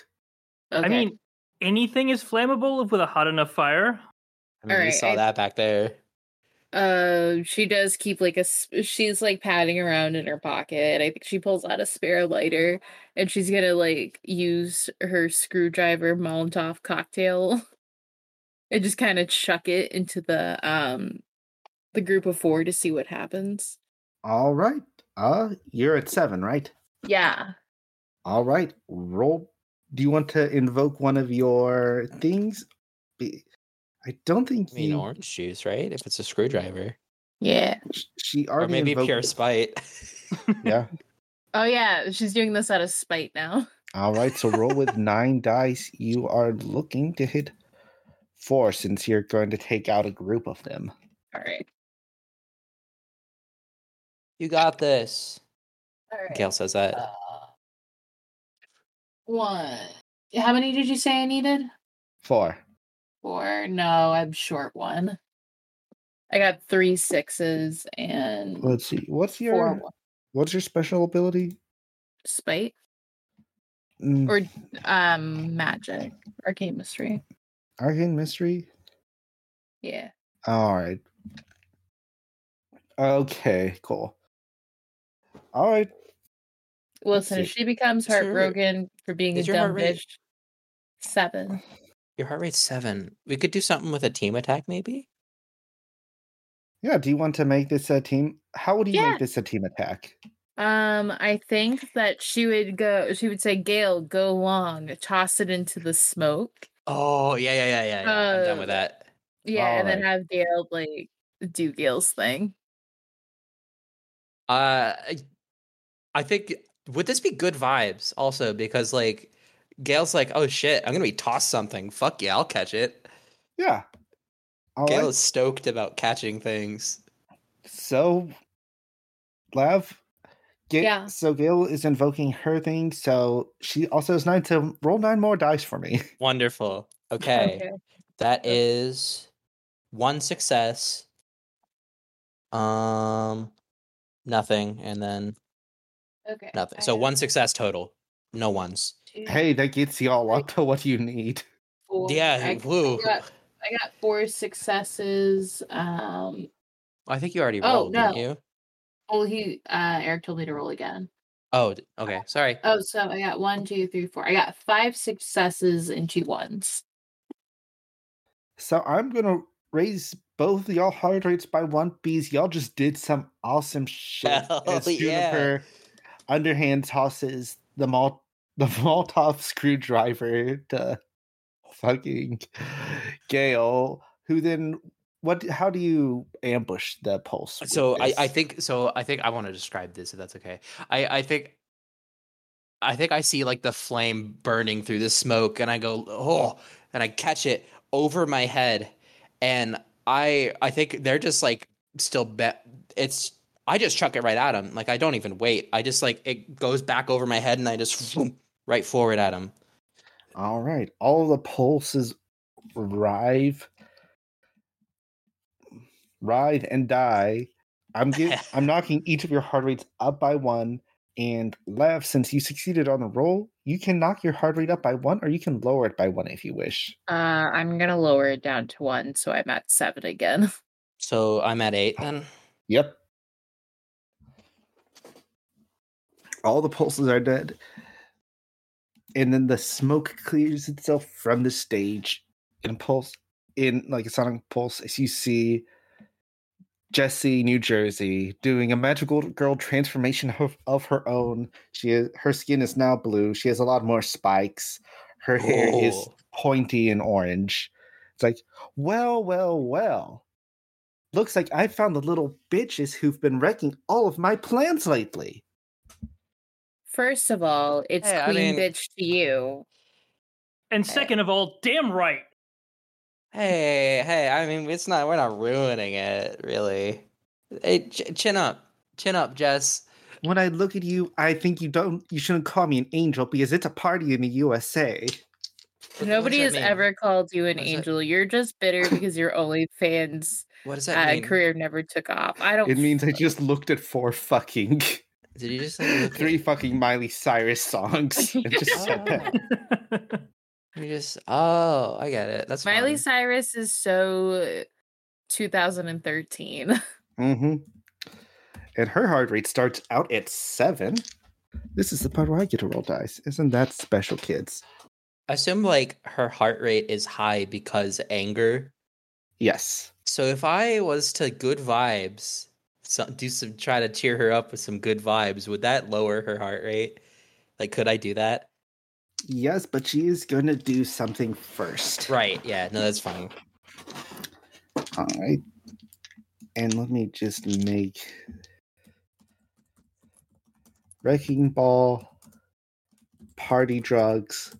[SPEAKER 2] Okay.
[SPEAKER 1] I mean, anything is flammable with a hot enough fire.
[SPEAKER 4] I mean, we
[SPEAKER 2] Alright,
[SPEAKER 4] saw
[SPEAKER 2] I-
[SPEAKER 4] that back there.
[SPEAKER 2] uh, she does keep like a. s- She's like padding around in her pocket. I think she pulls out a spare lighter, and she's gonna like use her screwdriver Molotov cocktail, (laughs) and just kind of chuck it into the um, the group of four to see what happens.
[SPEAKER 6] all right. Uh you're at seven, right?
[SPEAKER 2] Yeah.
[SPEAKER 6] All right. Roll do you want to invoke one of your things? Be- I don't think
[SPEAKER 4] I mean,
[SPEAKER 6] you
[SPEAKER 4] orange juice, right? If it's a screwdriver,
[SPEAKER 2] Yeah.
[SPEAKER 6] sh- she
[SPEAKER 4] or
[SPEAKER 6] already
[SPEAKER 4] maybe
[SPEAKER 6] invoked
[SPEAKER 4] pure
[SPEAKER 6] it.
[SPEAKER 4] spite.
[SPEAKER 6] (laughs)
[SPEAKER 4] (laughs)
[SPEAKER 6] Yeah.
[SPEAKER 2] Oh yeah, she's doing this out of spite now. (laughs)
[SPEAKER 6] All right, so roll with nine dice. You are looking to hit four since you're going to take out a group of them.
[SPEAKER 2] All right.
[SPEAKER 4] you got this.
[SPEAKER 2] All right.
[SPEAKER 4] Gail says that.
[SPEAKER 2] Uh, one. How many did you say I needed?
[SPEAKER 6] Four.
[SPEAKER 2] Four. No, I'm short one. I got three sixes and
[SPEAKER 6] Let's see. What's
[SPEAKER 2] four
[SPEAKER 6] your
[SPEAKER 2] one.
[SPEAKER 6] what's your special ability?
[SPEAKER 2] Spite
[SPEAKER 6] Mm,
[SPEAKER 2] or um magic arcane mystery.
[SPEAKER 6] Arcane mystery.
[SPEAKER 2] Yeah.
[SPEAKER 6] All right. Okay, cool. All right.
[SPEAKER 2] Listen, if
[SPEAKER 6] see.
[SPEAKER 2] she becomes
[SPEAKER 4] What's your-
[SPEAKER 2] heartbroken for being a
[SPEAKER 4] is your heart
[SPEAKER 2] dumb
[SPEAKER 4] rate-
[SPEAKER 2] bitch, seven.
[SPEAKER 4] Your heart rate's seven. We could do something with a team attack, maybe.
[SPEAKER 6] Yeah. Do you want to make this a team? How would you
[SPEAKER 2] Yeah.
[SPEAKER 6] make this a team attack?
[SPEAKER 2] Um, I think that she would go. She would say, "Gail, go long, toss it into the smoke."
[SPEAKER 4] Oh yeah, yeah, yeah, yeah. yeah. I'm done with
[SPEAKER 2] Uh,
[SPEAKER 4] that.
[SPEAKER 2] Yeah, and then
[SPEAKER 6] Alright.
[SPEAKER 2] have Gail like do Gail's thing.
[SPEAKER 4] Uh, I- I think would this be good vibes also because like Gail's like, oh shit, I'm gonna be tossed something. Fuck yeah, I'll catch it.
[SPEAKER 6] Yeah.
[SPEAKER 2] Oh,
[SPEAKER 6] All
[SPEAKER 4] Gail
[SPEAKER 6] right.
[SPEAKER 4] is stoked about catching things.
[SPEAKER 6] So, Lav, Ga-
[SPEAKER 2] Yeah.
[SPEAKER 6] So Gail is invoking her thing. So she also is nine. So roll nine more dice for me.
[SPEAKER 4] Wonderful. Okay, that is one success. Um, nothing, and then
[SPEAKER 2] Okay.
[SPEAKER 4] nothing. So one success total. No ones.
[SPEAKER 6] Hey, that gets you all up to what you need.
[SPEAKER 4] Yeah. Woo.
[SPEAKER 2] I got four successes. Um.
[SPEAKER 4] I think you already
[SPEAKER 2] Oh,
[SPEAKER 4] rolled,
[SPEAKER 2] no.
[SPEAKER 4] didn't you?
[SPEAKER 2] Oh, he uh Eric told me to roll again.
[SPEAKER 4] Oh, d- okay. Sorry.
[SPEAKER 2] Oh, so I got one, two, three, four. I got five successes and two ones.
[SPEAKER 6] So I'm gonna raise both of y'all heart rates by one because y'all just did some
[SPEAKER 4] (laughs)
[SPEAKER 6] awesome shit.
[SPEAKER 4] Hell
[SPEAKER 6] as
[SPEAKER 4] yeah.
[SPEAKER 6] Juniper underhand tosses the malt (laughs) the Molotov screwdriver to fucking Gail, who then what how do you ambush the pulse? with
[SPEAKER 4] so I, I
[SPEAKER 6] this?
[SPEAKER 4] think so i think i want to describe this if that's okay i i think i think i see like the flame burning through the smoke and i go oh and i catch it over my head and i i think they're just like still bet it's I just chuck it right at him. Like I don't even wait. I just like it goes back over my head and I just vroom, right forward at him.
[SPEAKER 6] All right. All the pulses rive, ride and die. I'm gi- I'm knocking each of your heart rates up by one. And left, since you succeeded on the roll, you can knock your heart rate up by one, or you can lower it by one if you wish.
[SPEAKER 2] Uh, I'm gonna lower it down to one, so I'm at seven again. (laughs)
[SPEAKER 4] So I'm at eight then.
[SPEAKER 6] Yep. All the pulses are dead. And then the smoke clears itself from the stage and pulse in like a sonic pulse as you see Jesse, New Jersey, doing a magical girl transformation of, of her own. She is, her skin is now blue. She has a lot more spikes. Her hair is
[SPEAKER 4] Cool.
[SPEAKER 6] pointy and orange. It's like, well, well, well. Looks like I found the little bitches who've been wrecking all of my plans lately.
[SPEAKER 2] First of all, it's
[SPEAKER 4] Hey, I
[SPEAKER 2] queen
[SPEAKER 4] mean-
[SPEAKER 2] bitch to you.
[SPEAKER 1] And second of all, damn right. (laughs)
[SPEAKER 4] Hey, hey, I mean, it's not, we're not ruining it, really. Hey, ch- chin up. Chin up, Jess.
[SPEAKER 6] When I look at you, I think you don't you shouldn't call me an angel because it's a party in the USA.
[SPEAKER 4] What- what
[SPEAKER 2] Nobody
[SPEAKER 4] does
[SPEAKER 2] has
[SPEAKER 4] that mean?
[SPEAKER 2] ever called you an
[SPEAKER 4] What does that-
[SPEAKER 2] angel. You're just
[SPEAKER 4] (coughs)
[SPEAKER 2] bitter because your OnlyFans
[SPEAKER 4] What does that
[SPEAKER 2] uh,
[SPEAKER 4] mean?
[SPEAKER 2] career never took off. I don't.
[SPEAKER 6] It means I just looked at four fucking
[SPEAKER 4] Did you
[SPEAKER 6] (laughs)
[SPEAKER 4] just like, look
[SPEAKER 6] three
[SPEAKER 4] at-
[SPEAKER 6] fucking Miley Cyrus songs and just said that.
[SPEAKER 4] Oh, you just, oh, I get it. That's
[SPEAKER 2] Miley
[SPEAKER 4] fine.
[SPEAKER 2] Cyrus is so uh, (laughs) 2013.
[SPEAKER 6] Mm-hmm. And her heart rate starts out at seven. This is the part where I get to roll dice. Isn't that special, kids?
[SPEAKER 4] I assume like her heart rate is high because anger.
[SPEAKER 6] Yes.
[SPEAKER 4] So if I was to good vibes, so, do some, try to cheer her up with some good vibes, would that lower her heart rate? Like, could I do that?
[SPEAKER 6] Yes, but she is gonna do something first.
[SPEAKER 4] Right. Yeah. No, that's fine.
[SPEAKER 6] All right. And let me just make Wrecking Ball, Party Drugs.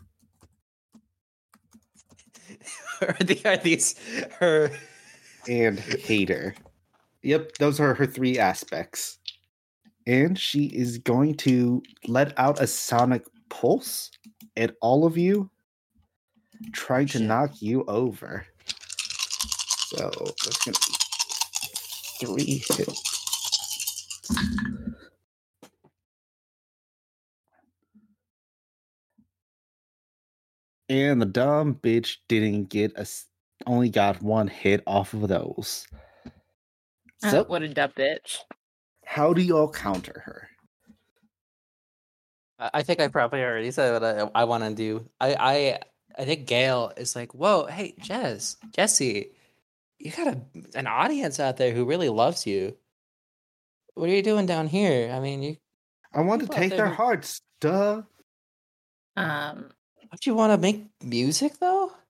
[SPEAKER 4] (laughs) are, the, are these her?
[SPEAKER 6] and hater. Yep, those are her three aspects. And she is going to let out a sonic pulse at all of you, trying to
[SPEAKER 4] Shit.
[SPEAKER 6] knock you over. So that's going to be three hits. And the dumb bitch didn't get a s- only got one hit off of those. So,
[SPEAKER 2] Uh, what a dumb bitch.
[SPEAKER 6] how do y'all counter her?
[SPEAKER 4] I I think I probably already said what I, I want to do. I, I I think Gail is like, whoa, hey, Jez, Jesse, you got a, an audience out there who really loves you. What are you doing down here? I mean, you,
[SPEAKER 6] I want to
[SPEAKER 4] Well,
[SPEAKER 6] take their
[SPEAKER 4] then-
[SPEAKER 6] hearts, duh.
[SPEAKER 2] Um,
[SPEAKER 4] don't you want to make music though? (laughs)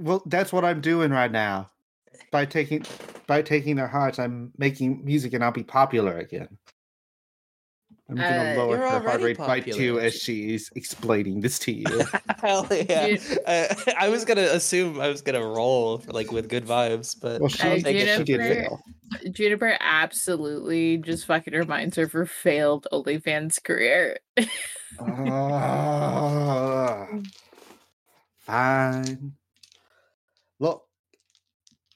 [SPEAKER 6] Well, that's what I'm doing right now. By taking by taking their hearts, I'm making music and I'll be popular again. I'm gonna
[SPEAKER 2] Uh,
[SPEAKER 6] lower
[SPEAKER 4] You're
[SPEAKER 6] her heart
[SPEAKER 4] already
[SPEAKER 6] rate by two
[SPEAKER 4] popular.
[SPEAKER 6] as she's explaining this
[SPEAKER 4] (laughs)
[SPEAKER 6] to you.
[SPEAKER 4] Hell yeah!
[SPEAKER 2] Dude.
[SPEAKER 4] I, I was gonna assume I was gonna roll for, like with good vibes, but
[SPEAKER 6] well, she,
[SPEAKER 2] I
[SPEAKER 4] I think
[SPEAKER 2] did
[SPEAKER 6] she
[SPEAKER 2] it
[SPEAKER 6] did
[SPEAKER 2] for-
[SPEAKER 6] fail.
[SPEAKER 2] Juniper absolutely just fucking reminds her of her failed OnlyFans career. (laughs)
[SPEAKER 6] (laughs) Ah, fine. Look,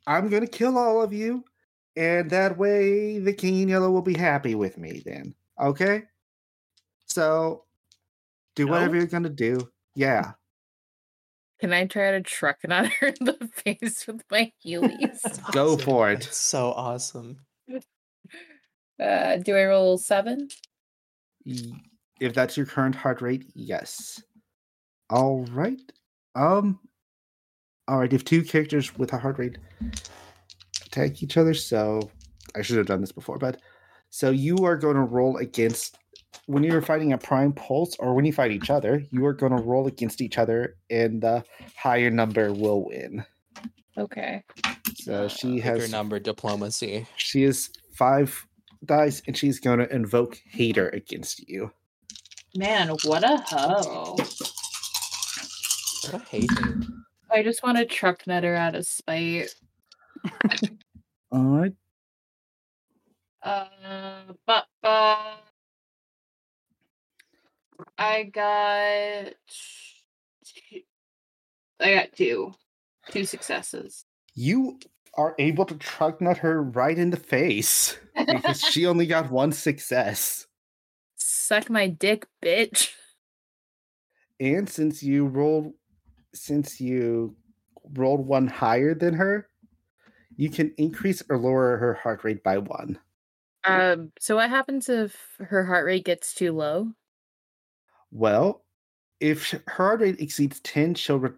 [SPEAKER 6] I'm gonna kill all of you, and that way the king in yellow will be happy with me. Then, okay? So, do whatever
[SPEAKER 1] No?
[SPEAKER 6] you're gonna do. Yeah,
[SPEAKER 2] Can I try to truck it on her (laughs) in the face with my Heelys? (laughs)
[SPEAKER 6] go
[SPEAKER 4] Awesome.
[SPEAKER 6] for it.
[SPEAKER 4] That's so awesome.
[SPEAKER 2] uh, do I roll seven?
[SPEAKER 6] Y- If that's your current heart rate, yes. All right. Um. All right. If two characters with a heart rate attack each other, so I should have done this before, but so you are going to roll against when you're fighting a prime pulse or when you fight each other, you are going to roll against each other, and the higher number will win.
[SPEAKER 2] Okay.
[SPEAKER 6] So she
[SPEAKER 4] Pick her
[SPEAKER 6] has
[SPEAKER 4] number diplomacy.
[SPEAKER 6] she is five dice, and she's going to invoke hater against you.
[SPEAKER 2] Man, what a hoe.
[SPEAKER 4] What a hater.
[SPEAKER 2] I just want to truck nut her out of spite.
[SPEAKER 6] All right.
[SPEAKER 2] Uh, but, but I got two, I got two, two successes.
[SPEAKER 6] You are able to truck nut her right in the face because she only got one success.
[SPEAKER 2] Suck my dick, bitch.
[SPEAKER 6] And since you rolled since you rolled one higher than her, you can increase or lower her heart rate by one.
[SPEAKER 2] Um, so what happens if her heart rate gets too low?
[SPEAKER 6] Well, if sh- her heart rate exceeds 10, she'll re-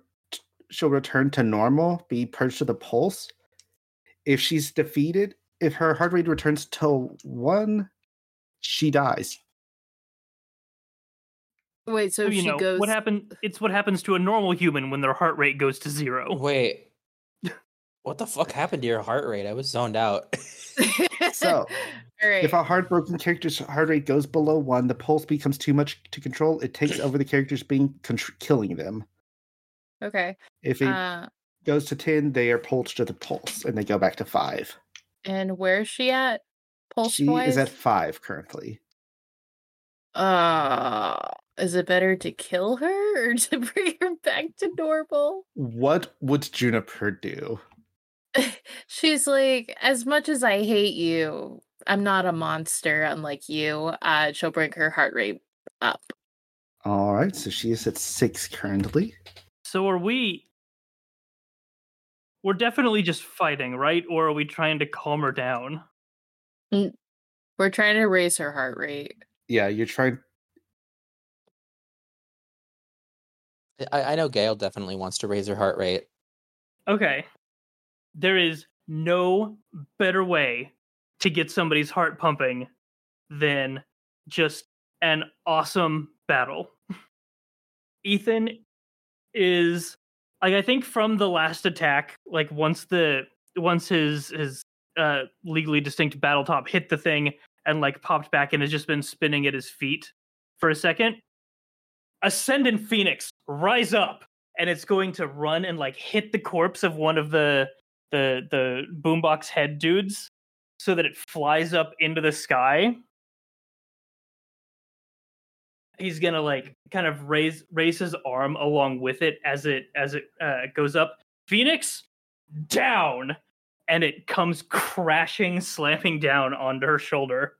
[SPEAKER 6] she'll return to normal, be purged of the pulse. If she's defeated, if her heart rate returns to 1, she dies.
[SPEAKER 2] Wait, so,
[SPEAKER 1] you
[SPEAKER 2] she
[SPEAKER 1] know
[SPEAKER 2] goes.
[SPEAKER 1] what happen It's what happens to a normal human when their heart rate goes to zero.
[SPEAKER 4] Wait. What the (laughs) fuck happened to your heart rate? I was zoned out. (laughs)
[SPEAKER 2] (laughs)
[SPEAKER 6] So,
[SPEAKER 2] all right.
[SPEAKER 6] If a heartbroken character's heart rate goes below 1, the pulse becomes too much to control. It takes over the character's being contr- killing them.
[SPEAKER 2] okay.
[SPEAKER 6] If it
[SPEAKER 2] Uh,
[SPEAKER 6] goes to 10, they are pulsed to the pulse and they go back to 5.
[SPEAKER 2] and where's she at? Pulse
[SPEAKER 6] she
[SPEAKER 2] wise?
[SPEAKER 6] is at 5 currently.
[SPEAKER 2] Uh, is it better to kill her or (laughs) to bring her back to normal?
[SPEAKER 6] What would Juniper do?
[SPEAKER 2] She's like, as much as I hate you, I'm not a monster, unlike you. Uh, she'll bring her heart rate up.
[SPEAKER 6] All right, so she is at 6 currently.
[SPEAKER 1] So are we? We're definitely just fighting, right? Or are we trying to calm her down?
[SPEAKER 2] We're trying to raise her heart rate.
[SPEAKER 6] Yeah, you're trying
[SPEAKER 4] I, I know Gail definitely wants to raise her heart rate.
[SPEAKER 1] Okay. There is no better way to get somebody's heart pumping than just an awesome battle. Ethan is like I think from the last attack, like once the once his his uh legally distinct battle top hit the thing and like popped back and has just been spinning at his feet for a second. Ascendant Phoenix, rise up and it's going to run and like hit the corpse of one of the the the boombox head dudes so that it flies up into the sky he's gonna like kind of raise raise his arm along with it as it as it uh, goes up phoenix down and it comes crashing slamming down onto her shoulder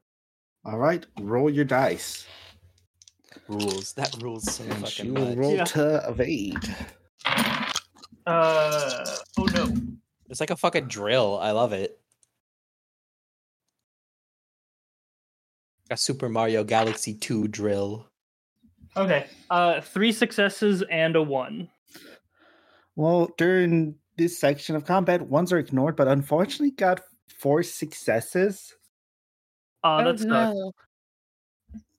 [SPEAKER 6] All right, roll your dice.
[SPEAKER 4] Rules. That rules so
[SPEAKER 6] And she
[SPEAKER 4] fucking
[SPEAKER 6] will
[SPEAKER 4] much.
[SPEAKER 6] roll
[SPEAKER 1] Yeah.
[SPEAKER 6] to evade.
[SPEAKER 1] uh oh no
[SPEAKER 4] It's like a fucking drill. I love it. A Super Mario Galaxy 2 drill.
[SPEAKER 1] okay uh three successes and a one
[SPEAKER 6] Well, during this section of combat, ones are ignored, but unfortunately got four successes.
[SPEAKER 2] Oh,
[SPEAKER 1] uh that's not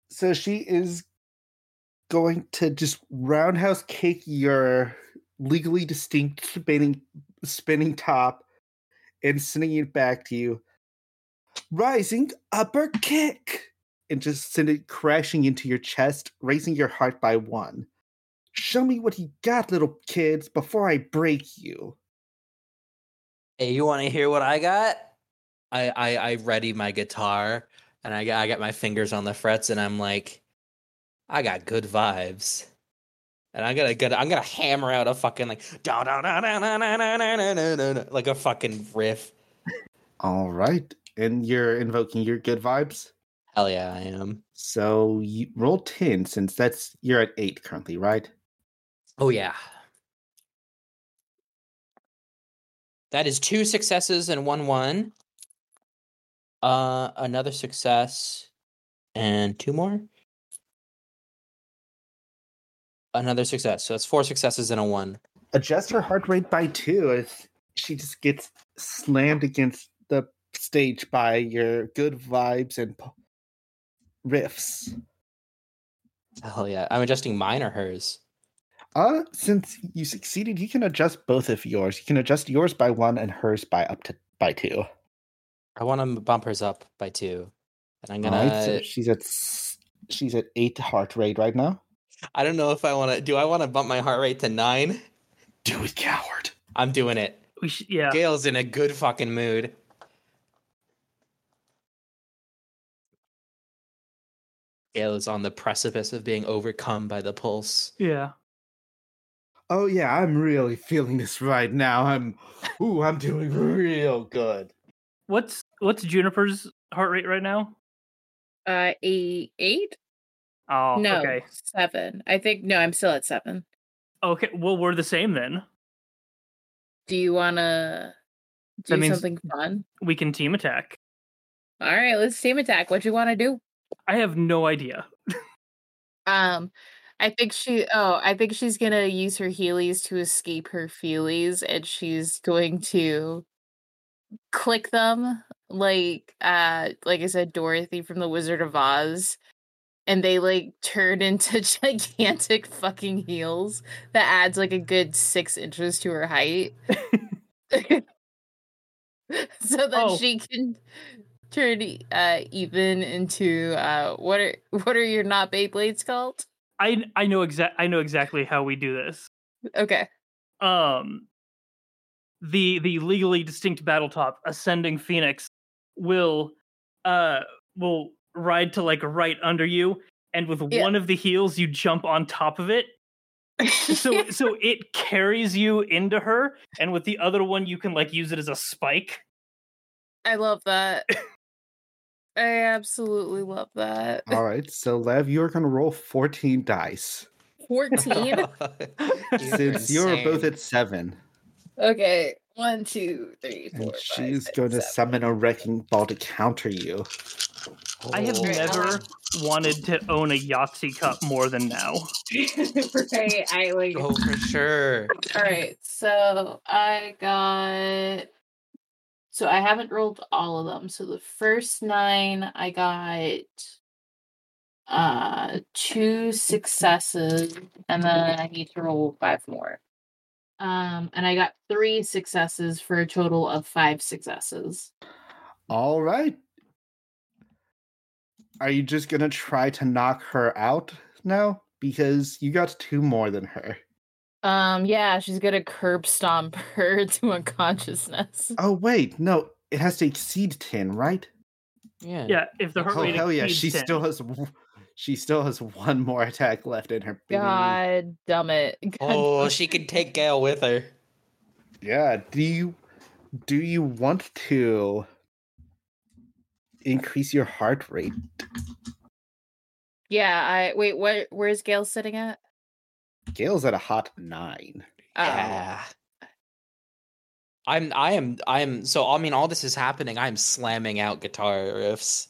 [SPEAKER 6] So she is going to just roundhouse kick your legally distinct spinning spinning top and sending it back to you. Rising upper kick and just send it crashing into your chest, raising your heart by one. Show me what you got, little kids, before I break you.
[SPEAKER 4] Hey, you want to hear what I got? I, I I ready my guitar and I got I got my fingers on the frets and I'm like, I got good vibes, and I'm gonna gonna I'm gonna hammer out a fucking like da da da da da da da da da da da da, like a fucking riff.
[SPEAKER 6] All right. And you're invoking your good vibes.
[SPEAKER 4] Hell yeah, I am.
[SPEAKER 6] So you roll 10 since that's you're at 8 currently, right?
[SPEAKER 4] Oh yeah. That is two successes and one one. Uh another success and two more. Another success. So that's four successes and a one.
[SPEAKER 6] Adjust her heart rate by 2 as she just gets slammed against the stage by your good vibes and p- riffs.
[SPEAKER 4] Hell yeah. I'm adjusting mine or hers.
[SPEAKER 6] Uh since you succeeded, you can adjust both of yours. You can adjust yours by 1 and hers by up to by 2.
[SPEAKER 4] I want to bump hers up by two. And I'm
[SPEAKER 6] All right.
[SPEAKER 4] gonna
[SPEAKER 6] So she's at s- she's at 8 heart rate right now.
[SPEAKER 4] I don't know if I wanna do I wanna bump my heart rate to nine?
[SPEAKER 6] Do it, coward.
[SPEAKER 4] I'm doing it.
[SPEAKER 1] we sh- yeah
[SPEAKER 4] Gail's in a good fucking mood. Gail is on the precipice of being overcome by the pulse.
[SPEAKER 1] Yeah.
[SPEAKER 6] Oh yeah, I'm really feeling this right now. I'm ooh, I'm doing real (laughs) good.
[SPEAKER 1] What's what's Juniper's heart rate right now?
[SPEAKER 2] Uh, eight, eight?
[SPEAKER 1] Oh,
[SPEAKER 2] no,
[SPEAKER 1] okay.
[SPEAKER 2] seven. I think no, I'm still at seven.
[SPEAKER 1] Okay, well we're the same then.
[SPEAKER 2] Do you wanna do
[SPEAKER 1] That means-
[SPEAKER 2] something fun?
[SPEAKER 1] We can team attack.
[SPEAKER 2] All right, let's team attack. What you wanna do?
[SPEAKER 1] I have no idea.
[SPEAKER 2] Um, I think she. Oh, I think she's gonna use her heelys to escape her feelies, and she's going to click them like, uh, like I said, Dorothy from the Wizard of Oz, and they like turn into (laughs) gigantic fucking heels that adds like a good six inches to her height, (laughs) so that
[SPEAKER 1] Oh.
[SPEAKER 2] she can turn e- uh even into uh what are what are your not Beyblades called?
[SPEAKER 1] I I know exact I know exactly how we do this.
[SPEAKER 2] Okay.
[SPEAKER 1] um the the legally distinct battletop ascending phoenix will uh will ride to like right under you and with
[SPEAKER 2] Yeah.
[SPEAKER 1] one of the heels you jump on top of
[SPEAKER 2] (laughs)
[SPEAKER 1] it so so it carries you into her and with the other one you can like use it as a spike
[SPEAKER 2] I love
[SPEAKER 6] (coughs)
[SPEAKER 2] that. I absolutely love that.
[SPEAKER 6] All right, so Lev, you are gonna roll 14 dice
[SPEAKER 4] (laughs)
[SPEAKER 2] 14.
[SPEAKER 6] (laughs) since you are both
[SPEAKER 4] insane.
[SPEAKER 6] at seven,
[SPEAKER 2] okay. One, two, three, four.
[SPEAKER 6] and
[SPEAKER 2] five,
[SPEAKER 6] she's
[SPEAKER 2] six,
[SPEAKER 6] going to
[SPEAKER 2] seven.
[SPEAKER 6] summon a wrecking ball to counter you.
[SPEAKER 1] i have
[SPEAKER 4] Oh.
[SPEAKER 2] Right, I
[SPEAKER 1] never
[SPEAKER 2] like-
[SPEAKER 1] wanted to own a yahtzee cup more than now
[SPEAKER 2] right. I like.
[SPEAKER 4] Oh, for sure.
[SPEAKER 2] All right. So I got. So I haven't rolled all of them. So the first nine, I got uh two successes and then I need to roll five more. Um and I got three successes for a total of five successes.
[SPEAKER 6] All right. Are you just going to try to knock her out now? Because you got two more than her.
[SPEAKER 2] Um yeah, she's gonna curb stomp (laughs) her to unconsciousness.
[SPEAKER 6] Oh, wait. No, it has to exceed 10, right?
[SPEAKER 4] Yeah.
[SPEAKER 1] yeah if the heart
[SPEAKER 6] Oh,
[SPEAKER 1] rate
[SPEAKER 6] hell yeah.
[SPEAKER 1] exceeds
[SPEAKER 6] She
[SPEAKER 1] 10. (laughs)
[SPEAKER 6] still has. w- She still has one more attack left in her. big-
[SPEAKER 2] God damn it. (laughs) God
[SPEAKER 4] Oh,
[SPEAKER 2] dumb-
[SPEAKER 4] she can take Gail with her.
[SPEAKER 6] Yeah. Do you do you want to increase your heart rate?
[SPEAKER 2] Yeah, I wait, where where's Gail sitting at?
[SPEAKER 6] Gail's at a hot nine. (laughs)
[SPEAKER 2] Oh.
[SPEAKER 4] Yeah. I'm I am I am so I mean all this is happening. I'm slamming out guitar riffs.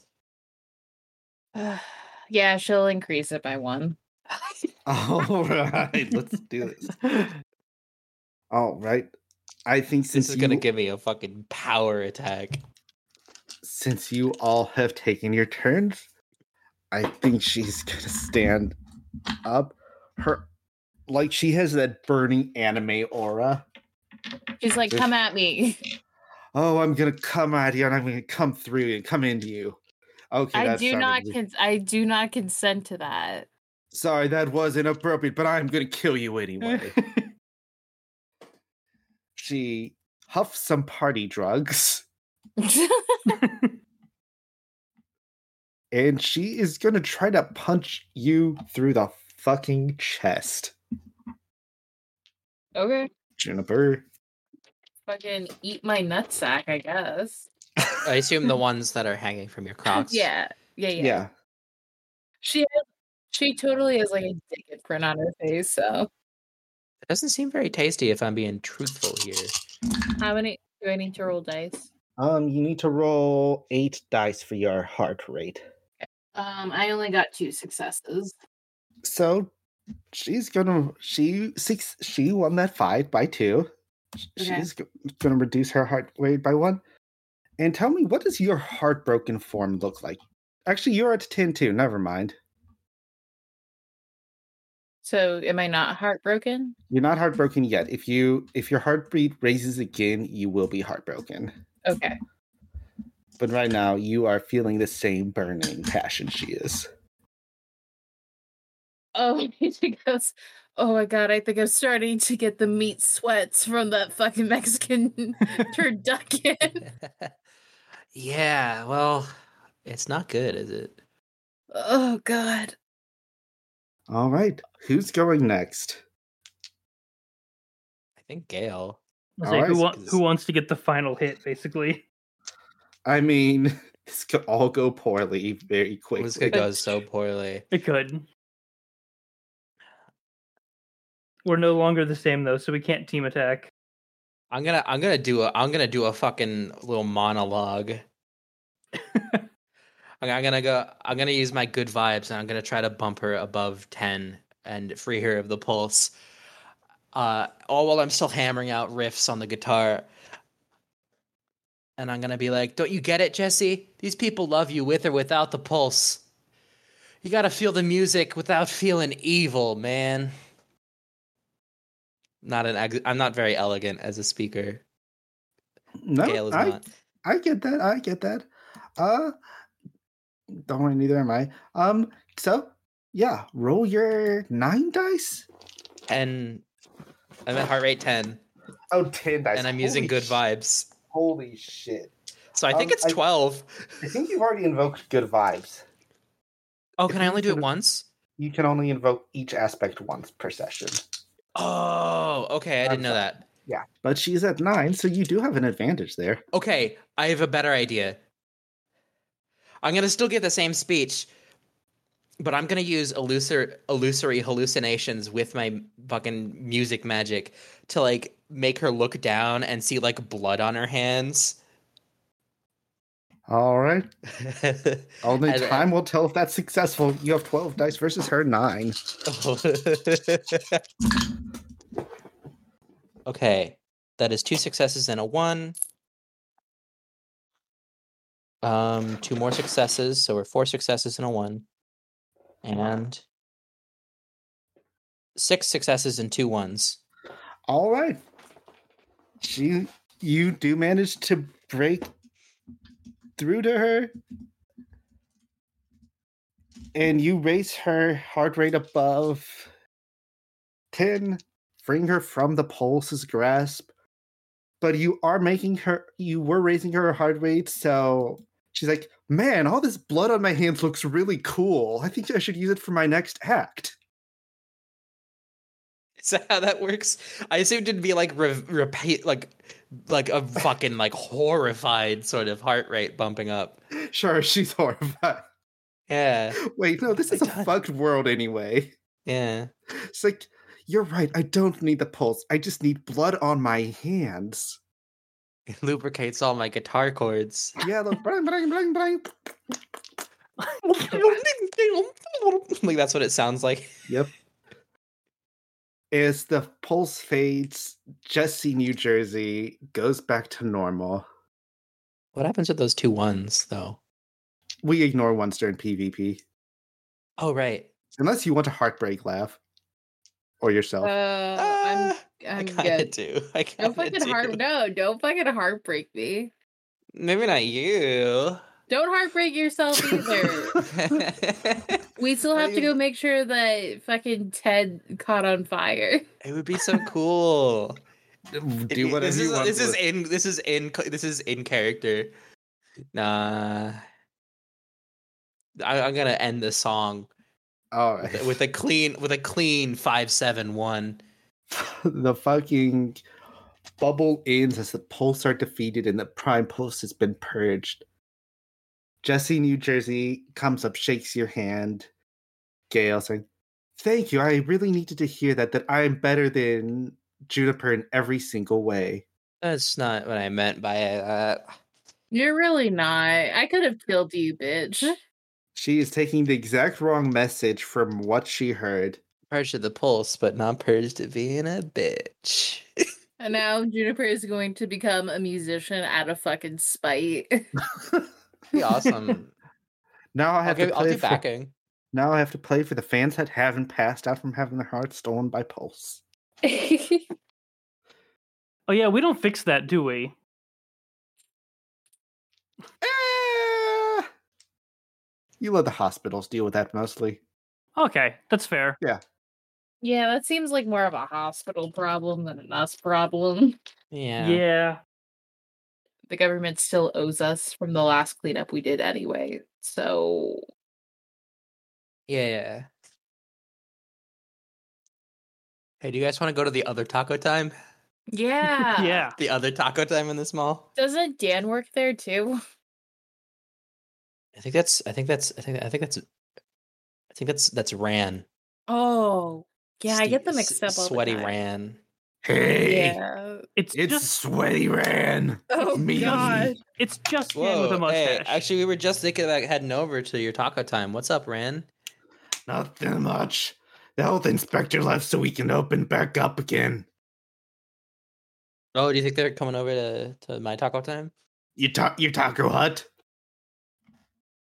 [SPEAKER 2] yeah, she'll increase it by one.
[SPEAKER 6] All right, let's do this. All right. I think since
[SPEAKER 4] This is
[SPEAKER 6] you-
[SPEAKER 4] gonna give me a fucking power attack.
[SPEAKER 6] since you all have taken your turns, I think she's (laughs) gonna stand up. Her like she has that burning anime aura.
[SPEAKER 2] She's like,
[SPEAKER 6] If-
[SPEAKER 2] come at me. (laughs)
[SPEAKER 6] Oh, I'm gonna come out here and I'm gonna come through and come into you. Okay,
[SPEAKER 2] I
[SPEAKER 6] that
[SPEAKER 2] do
[SPEAKER 6] sounded
[SPEAKER 2] not
[SPEAKER 6] weird.
[SPEAKER 2] cons- I do not consent to that. (laughs)
[SPEAKER 6] Sorry, that was inappropriate, but I'm gonna kill you
[SPEAKER 2] (laughs)
[SPEAKER 6] anyway. she huffs some party drugs. and she is gonna try to punch you through the fucking chest,
[SPEAKER 2] okay.
[SPEAKER 6] Juniper.
[SPEAKER 2] Fucking eat my nutsack, I guess. (laughs)
[SPEAKER 4] I assume the ones that are hanging from your crocs.
[SPEAKER 2] Yeah. Yeah, yeah.
[SPEAKER 6] Yeah.
[SPEAKER 2] She has, she totally has like a dick imprint on her face, so
[SPEAKER 4] It doesn't seem very tasty if I'm being truthful here. (laughs)
[SPEAKER 2] how many do I need to roll dice?
[SPEAKER 6] Um, you need to roll eight dice for your heart rate.
[SPEAKER 2] Um, I only got two successes.
[SPEAKER 6] So she's gonna she six she won that fight by two. Sh-
[SPEAKER 2] Okay.
[SPEAKER 6] She's go- gonna reduce her heart rate by one. And tell me, what does your heartbroken form look like? Actually, you're at ten too. Never mind.
[SPEAKER 2] So am I not heartbroken?
[SPEAKER 6] You're not heartbroken yet. If you if your heartbeat raises again, you will be heartbroken.
[SPEAKER 2] Okay.
[SPEAKER 6] But right now, you are feeling the same burning passion she is.
[SPEAKER 2] (laughs) Oh, (laughs) she goes, Oh my god, I think I'm starting to get the meat sweats from that fucking (laughs) Mexican turducken. (laughs)
[SPEAKER 4] yeah, well, it's not good, is it?
[SPEAKER 2] Oh god.
[SPEAKER 6] All right. Who's going next?
[SPEAKER 4] I think Gail.
[SPEAKER 1] I'll
[SPEAKER 6] All
[SPEAKER 1] say,
[SPEAKER 6] right,
[SPEAKER 1] who,
[SPEAKER 6] so
[SPEAKER 1] wa-
[SPEAKER 4] this-
[SPEAKER 1] who wants to get the final hit, basically? (laughs)
[SPEAKER 6] I mean, (laughs) this could all go poorly very quickly.
[SPEAKER 4] was gonna go so poorly.
[SPEAKER 1] It could. We're no longer the same though, so we can't team attack.
[SPEAKER 4] I'm gonna I'm gonna do a I'm gonna do a fucking little
[SPEAKER 6] (laughs)
[SPEAKER 4] monologue. I'm- I'm gonna go I'm gonna use my good vibes and I'm gonna try to bump her above ten and free her of the pulse. Uh all while I'm still hammering out riffs on the guitar. And I'm gonna be like, Don't you get it, Jesse? These people love you with or without the pulse. You gotta feel the music without feeling evil, man not an ex- I'm not very elegant as a speaker.
[SPEAKER 6] No,
[SPEAKER 4] Gail is
[SPEAKER 6] I,
[SPEAKER 4] not.
[SPEAKER 6] I get that. I get that. Uh, don't worry, neither am I. Um, so yeah, roll your nine dice.
[SPEAKER 4] And I'm at heart rate 10
[SPEAKER 6] Oh, 10 dice.
[SPEAKER 4] and I'm using
[SPEAKER 6] Holy
[SPEAKER 4] good
[SPEAKER 6] sh-
[SPEAKER 4] vibes.
[SPEAKER 6] Holy shit.
[SPEAKER 4] So I think
[SPEAKER 6] Um,
[SPEAKER 4] it's
[SPEAKER 6] I-
[SPEAKER 4] 12.
[SPEAKER 6] I think you've already invoked good vibes.
[SPEAKER 4] Oh,
[SPEAKER 6] if
[SPEAKER 4] can I
[SPEAKER 6] you
[SPEAKER 4] only do
[SPEAKER 6] (laughs)
[SPEAKER 4] it
[SPEAKER 6] could-
[SPEAKER 4] once?
[SPEAKER 6] You can only invoke each aspect once per session.
[SPEAKER 4] Oh, okay. I
[SPEAKER 6] I'm
[SPEAKER 4] didn't know
[SPEAKER 6] sorry.
[SPEAKER 4] that.
[SPEAKER 6] But she's at nine, so you do have an advantage there.
[SPEAKER 4] Okay, I have a better idea. I'm going to still give the same speech, but I'm going to use illusor- illusory hallucinations with my fucking music magic to like make her look down and see like blood on her
[SPEAKER 6] (laughs)
[SPEAKER 4] hands.
[SPEAKER 6] All right. Only
[SPEAKER 4] And-
[SPEAKER 6] time will tell if that's successful. You have 12 dice versus her nine.
[SPEAKER 4] (laughs) okay, that is two successes and a one. Um, two more successes, so we're four successes and a one, and six successes and two ones.
[SPEAKER 6] All right. She, you do manage to break through to her, and you raise her heart rate above ten, freeing her from the pulse's grasp. But you are making her. You were raising her heart rate, so she's like, "Man, all this blood on my hands looks really cool. I think I should use it for my next act." (laughs)
[SPEAKER 4] Is that how that works? I assumed it'd be like re- repeat, like like a fucking like horrified sort of heart rate bumping up.
[SPEAKER 6] Sure, she's horrified.
[SPEAKER 4] Yeah,
[SPEAKER 6] Wait, no, this
[SPEAKER 4] I
[SPEAKER 6] is a
[SPEAKER 4] don't-
[SPEAKER 6] fucked world anyway.
[SPEAKER 4] yeah.
[SPEAKER 6] It's like, you're right. I don't need the pulse. I just need blood on my hands.
[SPEAKER 4] It lubricates all my guitar chords.
[SPEAKER 6] Yeah, the bling, bling, bling, bling.
[SPEAKER 4] (laughs) like that's what it sounds like.
[SPEAKER 6] Yep. As the pulse fades, Jesse, New Jersey goes back to normal.
[SPEAKER 4] What happens with those two ones though?
[SPEAKER 6] We ignore ones during PvP.
[SPEAKER 4] Oh right.
[SPEAKER 6] Unless you want a heartbreak laugh. Or yourself.
[SPEAKER 2] Uh, I'm
[SPEAKER 4] Ah, i
[SPEAKER 2] I'm
[SPEAKER 4] kind of
[SPEAKER 2] good.
[SPEAKER 4] do. (laughs) I kind
[SPEAKER 2] Don't
[SPEAKER 4] of
[SPEAKER 2] fucking
[SPEAKER 4] do.
[SPEAKER 2] heart no, don't fucking heartbreak me.
[SPEAKER 4] Maybe not you.
[SPEAKER 2] Don't heartbreak yourself (laughs) either.
[SPEAKER 4] (laughs) it
[SPEAKER 2] we still
[SPEAKER 4] How
[SPEAKER 2] have
[SPEAKER 4] do
[SPEAKER 2] to
[SPEAKER 4] you-
[SPEAKER 2] go make sure that fucking Ted caught on fire. (laughs)
[SPEAKER 4] would be so cool. It'd
[SPEAKER 6] (laughs)
[SPEAKER 4] be-
[SPEAKER 6] Do whatever
[SPEAKER 4] this
[SPEAKER 6] you
[SPEAKER 4] is,
[SPEAKER 6] want.
[SPEAKER 4] This is
[SPEAKER 6] with-
[SPEAKER 4] in. This is in. ca- This is in character. Nah. I, I'm gonna end the
[SPEAKER 6] (laughs)
[SPEAKER 4] song
[SPEAKER 6] All right.
[SPEAKER 4] with, with a clean with a clean five seven one.
[SPEAKER 6] (laughs) the fucking bubble ends as the pulse are defeated and the prime pulse has been purged. Jesse, New Jersey, comes up, shakes your hand. Gail saying, Thank you. I really needed to hear that, that I am better than Juniper in every single way.
[SPEAKER 4] That's not what I meant by it. Uh,
[SPEAKER 2] You're really not. I could have killed you, bitch.
[SPEAKER 6] She is taking the exact wrong message from what she heard.
[SPEAKER 4] purge to the pulse, but not purge to being a bitch. (laughs)
[SPEAKER 2] And now Juniper is going to become a musician out of fucking spite. (laughs)
[SPEAKER 4] Be awesome.
[SPEAKER 6] Now I
[SPEAKER 4] I'll,
[SPEAKER 6] have
[SPEAKER 4] give,
[SPEAKER 6] to
[SPEAKER 4] I'll
[SPEAKER 6] play
[SPEAKER 4] do
[SPEAKER 6] for-
[SPEAKER 4] backing.
[SPEAKER 6] now I have to play for the fans that haven't passed out from having their hearts stolen by Pulse.
[SPEAKER 1] Oh yeah, we don't fix that, do we?
[SPEAKER 6] Eh, You let the hospitals deal with that mostly.
[SPEAKER 1] Okay, that's fair.
[SPEAKER 2] yeah, that seems like more of a hospital problem than an us problem.
[SPEAKER 4] Yeah.
[SPEAKER 1] yeah.
[SPEAKER 2] The government still owes us from the last cleanup we did anyway. So
[SPEAKER 4] Yeah. Hey, do you guys want to go to the other taco time?
[SPEAKER 2] Yeah.
[SPEAKER 1] yeah.
[SPEAKER 4] The other taco time in this mall?
[SPEAKER 2] (laughs) Doesn't Dan work there too?
[SPEAKER 4] I think that's I think that's I think I think that's I think that's that's Ran.
[SPEAKER 2] Oh. Yeah, I
[SPEAKER 4] Ste-
[SPEAKER 2] get them
[SPEAKER 4] s-
[SPEAKER 2] mixed up. All
[SPEAKER 4] Sweaty
[SPEAKER 2] the time. (laughs)
[SPEAKER 4] Ran.
[SPEAKER 5] Hey,
[SPEAKER 2] Yeah.
[SPEAKER 1] It's,
[SPEAKER 5] it's
[SPEAKER 1] just
[SPEAKER 5] sweaty ran.
[SPEAKER 2] (laughs)
[SPEAKER 4] (laughs)
[SPEAKER 2] Oh
[SPEAKER 5] Me.
[SPEAKER 2] god.
[SPEAKER 1] it's just Dan
[SPEAKER 4] Whoa,
[SPEAKER 1] with a
[SPEAKER 4] hey,
[SPEAKER 1] mustache.
[SPEAKER 4] actually, we were just thinking about heading over to your taco time. What's up, Ran?
[SPEAKER 5] Nothing much. The health inspector left so we can open back up again.
[SPEAKER 4] Oh, do you think they're coming over to, to my taco time?
[SPEAKER 5] You ta- your taco hut?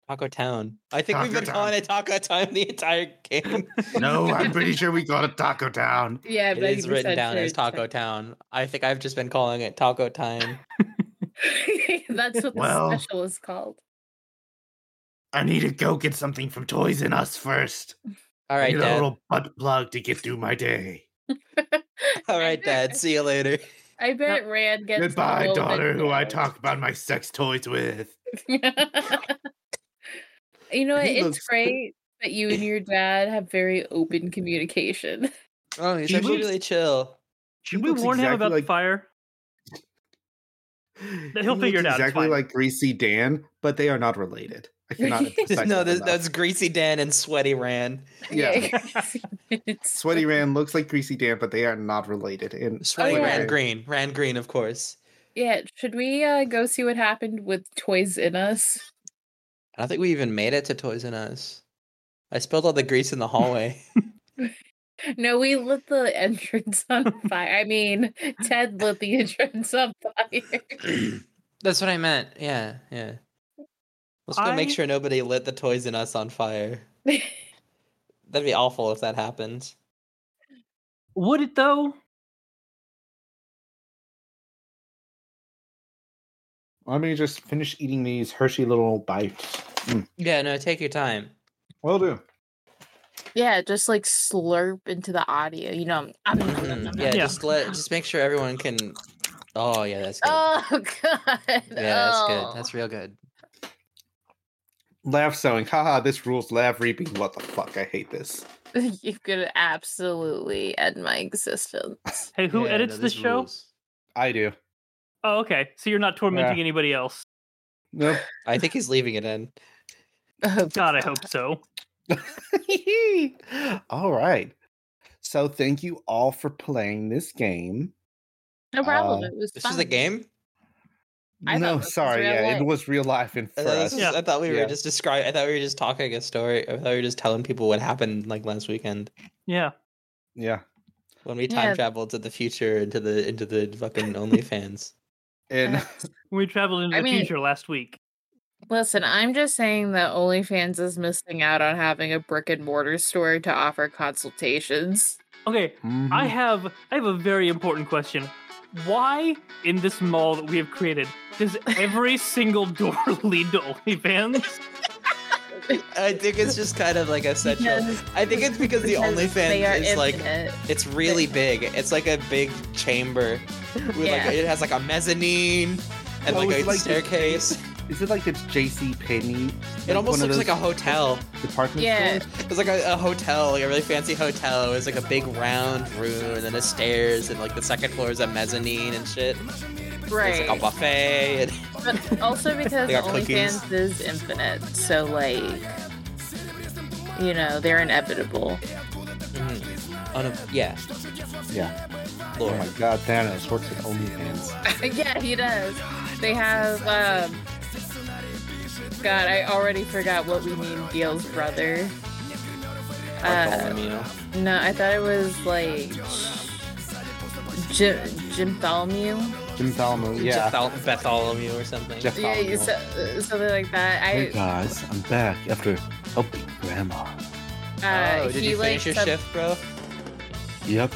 [SPEAKER 4] Taco Town. I think we've
[SPEAKER 5] Taco
[SPEAKER 4] been calling
[SPEAKER 5] Town.
[SPEAKER 4] it Taco Time the entire (laughs) game.
[SPEAKER 1] (laughs)
[SPEAKER 5] No, I'm pretty sure we called it Taco Town.
[SPEAKER 2] Yeah,
[SPEAKER 4] it is written down as Taco Town. I think I've just been calling it Taco Time.
[SPEAKER 2] (laughs) That's what
[SPEAKER 5] Well.
[SPEAKER 2] the special is called.
[SPEAKER 5] I need to go get something from Toys in Us first.
[SPEAKER 4] All
[SPEAKER 5] I
[SPEAKER 4] right,
[SPEAKER 5] need a
[SPEAKER 4] Dad.
[SPEAKER 5] little butt plug to get through my day.
[SPEAKER 4] All right, Dad. See you later.
[SPEAKER 2] I bet Rand gets a
[SPEAKER 5] Goodbye,
[SPEAKER 2] little bit
[SPEAKER 5] daughter, who I
[SPEAKER 2] close.
[SPEAKER 5] talk about my sex toys with.
[SPEAKER 2] (laughs) you know what?
[SPEAKER 5] He
[SPEAKER 2] It's
[SPEAKER 5] looks-
[SPEAKER 2] great that you and your dad have very open communication.
[SPEAKER 4] (laughs)
[SPEAKER 2] (laughs)
[SPEAKER 4] Oh, he's
[SPEAKER 5] He
[SPEAKER 4] actually
[SPEAKER 5] looks-
[SPEAKER 4] really chill.
[SPEAKER 1] Should
[SPEAKER 5] he
[SPEAKER 1] we
[SPEAKER 5] looks
[SPEAKER 1] warn him
[SPEAKER 5] exactly
[SPEAKER 1] about
[SPEAKER 5] like-
[SPEAKER 1] the fire? he'll
[SPEAKER 5] He
[SPEAKER 1] figure
[SPEAKER 5] looks
[SPEAKER 1] it out, it's
[SPEAKER 5] Exactly
[SPEAKER 1] fine.
[SPEAKER 5] like Greasy Dan, but they are not related. I cannot emphasize
[SPEAKER 4] No,
[SPEAKER 5] that
[SPEAKER 4] that's,
[SPEAKER 5] enough.
[SPEAKER 4] that's Greasy Dan and Sweaty Ran.
[SPEAKER 5] Yeah.
[SPEAKER 2] (laughs) It's-
[SPEAKER 5] Sweaty Ran looks like Greasy Dan, but they are not related. And
[SPEAKER 4] Sweaty
[SPEAKER 2] yeah.
[SPEAKER 4] Ran Green. Ran Green, of course.
[SPEAKER 2] Yeah, should we uh, go see what happened with Toys in Us? (laughs)
[SPEAKER 4] I don't think we even made it to Toys R Us. I spilled all the grease in the (laughs) hallway.
[SPEAKER 2] No, we lit the entrance (laughs) on fire. I mean, Ted lit the (laughs) entrance on fire.
[SPEAKER 4] That's what I meant. Yeah, yeah. Let's go make
[SPEAKER 1] I-
[SPEAKER 4] sure nobody lit the toys in us on fire. That'd be awful if that happened.
[SPEAKER 1] Would it though?
[SPEAKER 5] let me just finish eating these Hershey little bites.
[SPEAKER 4] Yeah, no, take your time.
[SPEAKER 5] Will do.
[SPEAKER 2] yeah, just like slurp into the audio. You know, (clears throat) I'm, Mm-hmm.
[SPEAKER 4] Mhm. yeah,
[SPEAKER 1] Yeah.
[SPEAKER 4] just let just make sure everyone can Oh yeah, that's good.
[SPEAKER 2] Oh (laughs) god.
[SPEAKER 4] yeah, that's
[SPEAKER 2] Oh.
[SPEAKER 4] good. That's real good.
[SPEAKER 5] Laugh sewing. Haha, this rules laugh reaping. What the fuck? I hate this.
[SPEAKER 2] (laughs) you could absolutely end my existence.
[SPEAKER 1] Hey, who
[SPEAKER 4] Yeah, no,
[SPEAKER 1] edits this show?
[SPEAKER 4] rules.
[SPEAKER 5] I do.
[SPEAKER 1] Oh, okay. So you're not tormenting anybody else.
[SPEAKER 5] No.
[SPEAKER 4] I think he's leaving it in.
[SPEAKER 2] (laughs)
[SPEAKER 1] God, I hope so.
[SPEAKER 5] all right. So thank you all for playing this game.
[SPEAKER 2] No problem.
[SPEAKER 5] Uh,
[SPEAKER 2] it was
[SPEAKER 4] Um, This is a
[SPEAKER 2] fun.
[SPEAKER 4] game?
[SPEAKER 2] I thought
[SPEAKER 5] no,
[SPEAKER 2] this was
[SPEAKER 5] sorry.
[SPEAKER 2] real
[SPEAKER 5] Yeah,
[SPEAKER 2] life.
[SPEAKER 5] it was real life and for
[SPEAKER 4] I thought, this
[SPEAKER 5] us.
[SPEAKER 4] was-
[SPEAKER 1] Yeah.
[SPEAKER 4] I thought we
[SPEAKER 5] Yeah.
[SPEAKER 4] were just describing I thought we were just talking a story. I thought we were just telling people what happened like last weekend.
[SPEAKER 1] Yeah.
[SPEAKER 5] Yeah.
[SPEAKER 4] When we
[SPEAKER 2] Yeah.
[SPEAKER 4] time traveled to the future into the into the fucking OnlyFans.
[SPEAKER 5] And
[SPEAKER 1] We traveled into
[SPEAKER 2] I
[SPEAKER 1] the
[SPEAKER 2] mean-
[SPEAKER 1] future last week.
[SPEAKER 2] Listen, I'm just saying that OnlyFans is missing out on having a brick and mortar store to offer
[SPEAKER 4] (laughs)
[SPEAKER 2] consultations.
[SPEAKER 1] Okay,
[SPEAKER 4] Mm-hmm.
[SPEAKER 1] I have I have a very important question. Why in this mall that we have created does every (laughs) single door lead to OnlyFans?
[SPEAKER 4] I think it's just kind of like essential.
[SPEAKER 2] Because-
[SPEAKER 4] I think it's because the
[SPEAKER 2] because they are
[SPEAKER 4] OnlyFans is like
[SPEAKER 2] infinite.
[SPEAKER 4] it's really big. It's like a big chamber. With
[SPEAKER 2] Yeah.
[SPEAKER 4] like it has like a mezzanine and
[SPEAKER 5] Oh,
[SPEAKER 4] like a
[SPEAKER 5] it's like-
[SPEAKER 4] staircase.
[SPEAKER 5] is it like it's JC Penney?
[SPEAKER 4] It almost looks like a hotel.
[SPEAKER 5] department
[SPEAKER 2] Yeah.
[SPEAKER 5] store.
[SPEAKER 4] It's like a, a hotel, like a really fancy hotel. It's like a big round room and then the stairs and like the second floor is a mezzanine and shit. It's
[SPEAKER 2] right.
[SPEAKER 4] like a buffet. And... (laughs)
[SPEAKER 2] but (laughs) also because
[SPEAKER 4] got cookies.
[SPEAKER 2] OnlyFans is infinite, so like, you know, they're inevitable.
[SPEAKER 4] Mhm. On a, yeah.
[SPEAKER 5] Yeah. Oh
[SPEAKER 4] Lord.
[SPEAKER 5] my god, Thanos works at
[SPEAKER 2] (laughs)
[SPEAKER 5] OnlyFans.
[SPEAKER 2] yeah, he does. They have um God, I already forgot what we mean Gale's brother. Uh,
[SPEAKER 4] Bartholomew.
[SPEAKER 2] no, I thought it was like Jim Jim Thalmu.
[SPEAKER 5] Jim Thalmo, yeah.
[SPEAKER 4] Jethal- Bartholomew or something.
[SPEAKER 5] Jeff
[SPEAKER 2] Yeah,
[SPEAKER 5] Thalmu.
[SPEAKER 2] you so, something like that.
[SPEAKER 5] Hey
[SPEAKER 2] I
[SPEAKER 5] guys, I'm back after helping grandma.
[SPEAKER 2] uh,
[SPEAKER 4] oh, did
[SPEAKER 2] he
[SPEAKER 4] you
[SPEAKER 2] like
[SPEAKER 4] finish your
[SPEAKER 2] some-
[SPEAKER 4] shift, bro?
[SPEAKER 5] Yep.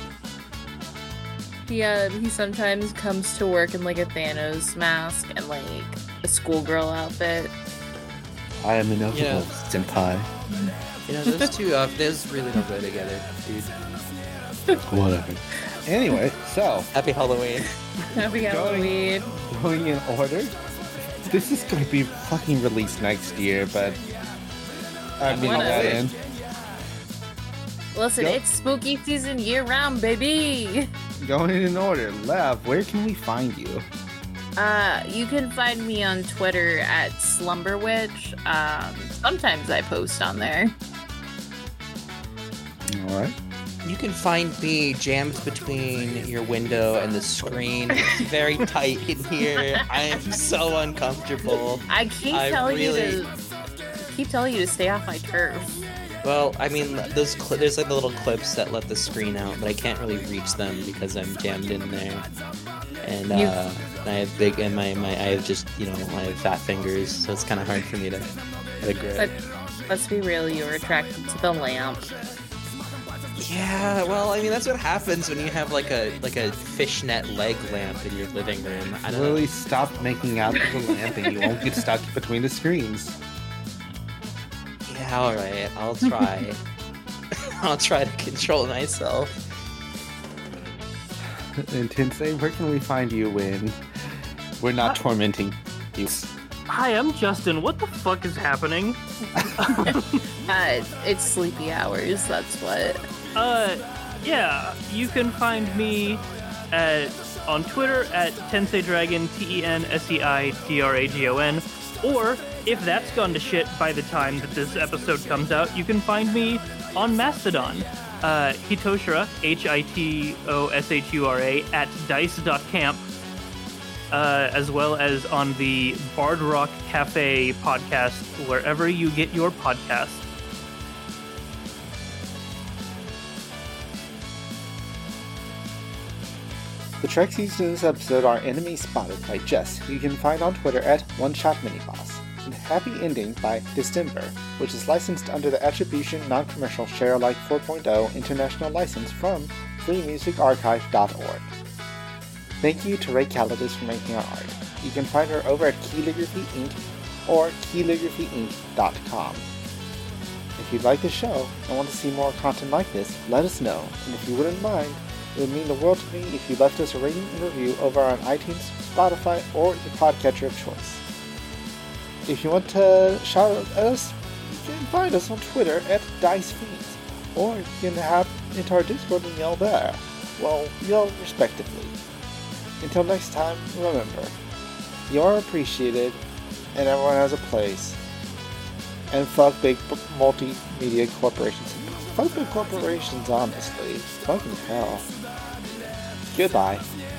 [SPEAKER 2] he uh, he sometimes comes to work in like a Thanos mask and like a schoolgirl outfit. (laughs)
[SPEAKER 5] I am inevitable,
[SPEAKER 4] Yeah.
[SPEAKER 5] senpai.
[SPEAKER 4] You know, those two, uh, those really don't go together, dude.
[SPEAKER 5] Whatever. Anyway, so
[SPEAKER 4] Happy Halloween.
[SPEAKER 2] Happy Halloween.
[SPEAKER 5] going in order. This is going to be fucking released next year, but I mean
[SPEAKER 2] Whatever.
[SPEAKER 5] that in.
[SPEAKER 2] Listen,
[SPEAKER 8] Go-
[SPEAKER 2] it's spooky season year round, baby.
[SPEAKER 8] Going in order, Lav, where can we find you?
[SPEAKER 2] Uh, you can find me on Twitter at Slumberwitch. Um, sometimes I post on there.
[SPEAKER 8] All right.
[SPEAKER 4] You can find me jammed between your window and the screen. It's
[SPEAKER 2] (laughs)
[SPEAKER 4] very tight in here. I am so uncomfortable.
[SPEAKER 2] I keep
[SPEAKER 4] I
[SPEAKER 2] telling you
[SPEAKER 4] really-
[SPEAKER 2] to keep telling you to stay off my turf.
[SPEAKER 4] Well, I mean, those cl- there's like the little clips that let the screen out, but I can't really reach them because I'm jammed in there. And
[SPEAKER 2] You-
[SPEAKER 4] uh, I have big and my, my I have just you know I have fat fingers, so it's kind of hard for me to get a grip.
[SPEAKER 2] But let's be real, you were attracted to the lamp.
[SPEAKER 4] Yeah, well, I mean that's what happens when you have like a like a fishnet leg lamp in your living room. I don't
[SPEAKER 8] Lily, stop making out with the lamp and you won't get stuck between the screens.
[SPEAKER 4] Yeah, all right. I'll try. (laughs) I'll try to control myself.
[SPEAKER 8] (laughs) And Tensei, where can we find you when we're not tormenting you?
[SPEAKER 1] Hi, I'm Justin. What the fuck is happening?
[SPEAKER 2] Uh, it's sleepy hours. That's what.
[SPEAKER 1] Uh, yeah, you can find me at on Twitter at Tensei Dragon T E N S E I D R A G O N, or if that's gone to shit by the time that this episode comes out, you can find me on Mastodon. Uh, Hitoshura H I T O S H U R A at dice.camp. Uh, as well as on the Bard Rock Cafe podcast, wherever you get your podcasts.
[SPEAKER 6] The tracks used in this episode are Enemy Spotted by Jess, who you can find on Twitter at One Shot Miniboss, and Happy Ending by Distemper, which is licensed under the Attribution Non Commercial Share Alike 4.0 International License from freemusicarchive.org. Thank you to Ray Calidus for making our art. You can find her over at Calligraphy Inc. or calligraphyinc.com. If you'd like the show and want to see more content like this, let us know, and if you wouldn't mind, it would mean the world to me if you left us a rating and review over on iTunes, Spotify, or your podcatcher of choice. If you want to shout at us, you can find us on Twitter at DiceFiends, or you can hop into our Discord and yell there. Well, yell respectively. Until next time, remember, you are appreciated, and everyone has a place. And fuck big b- multimedia corporations. Fuck big corporations, honestly. Fucking hell. Goodbye.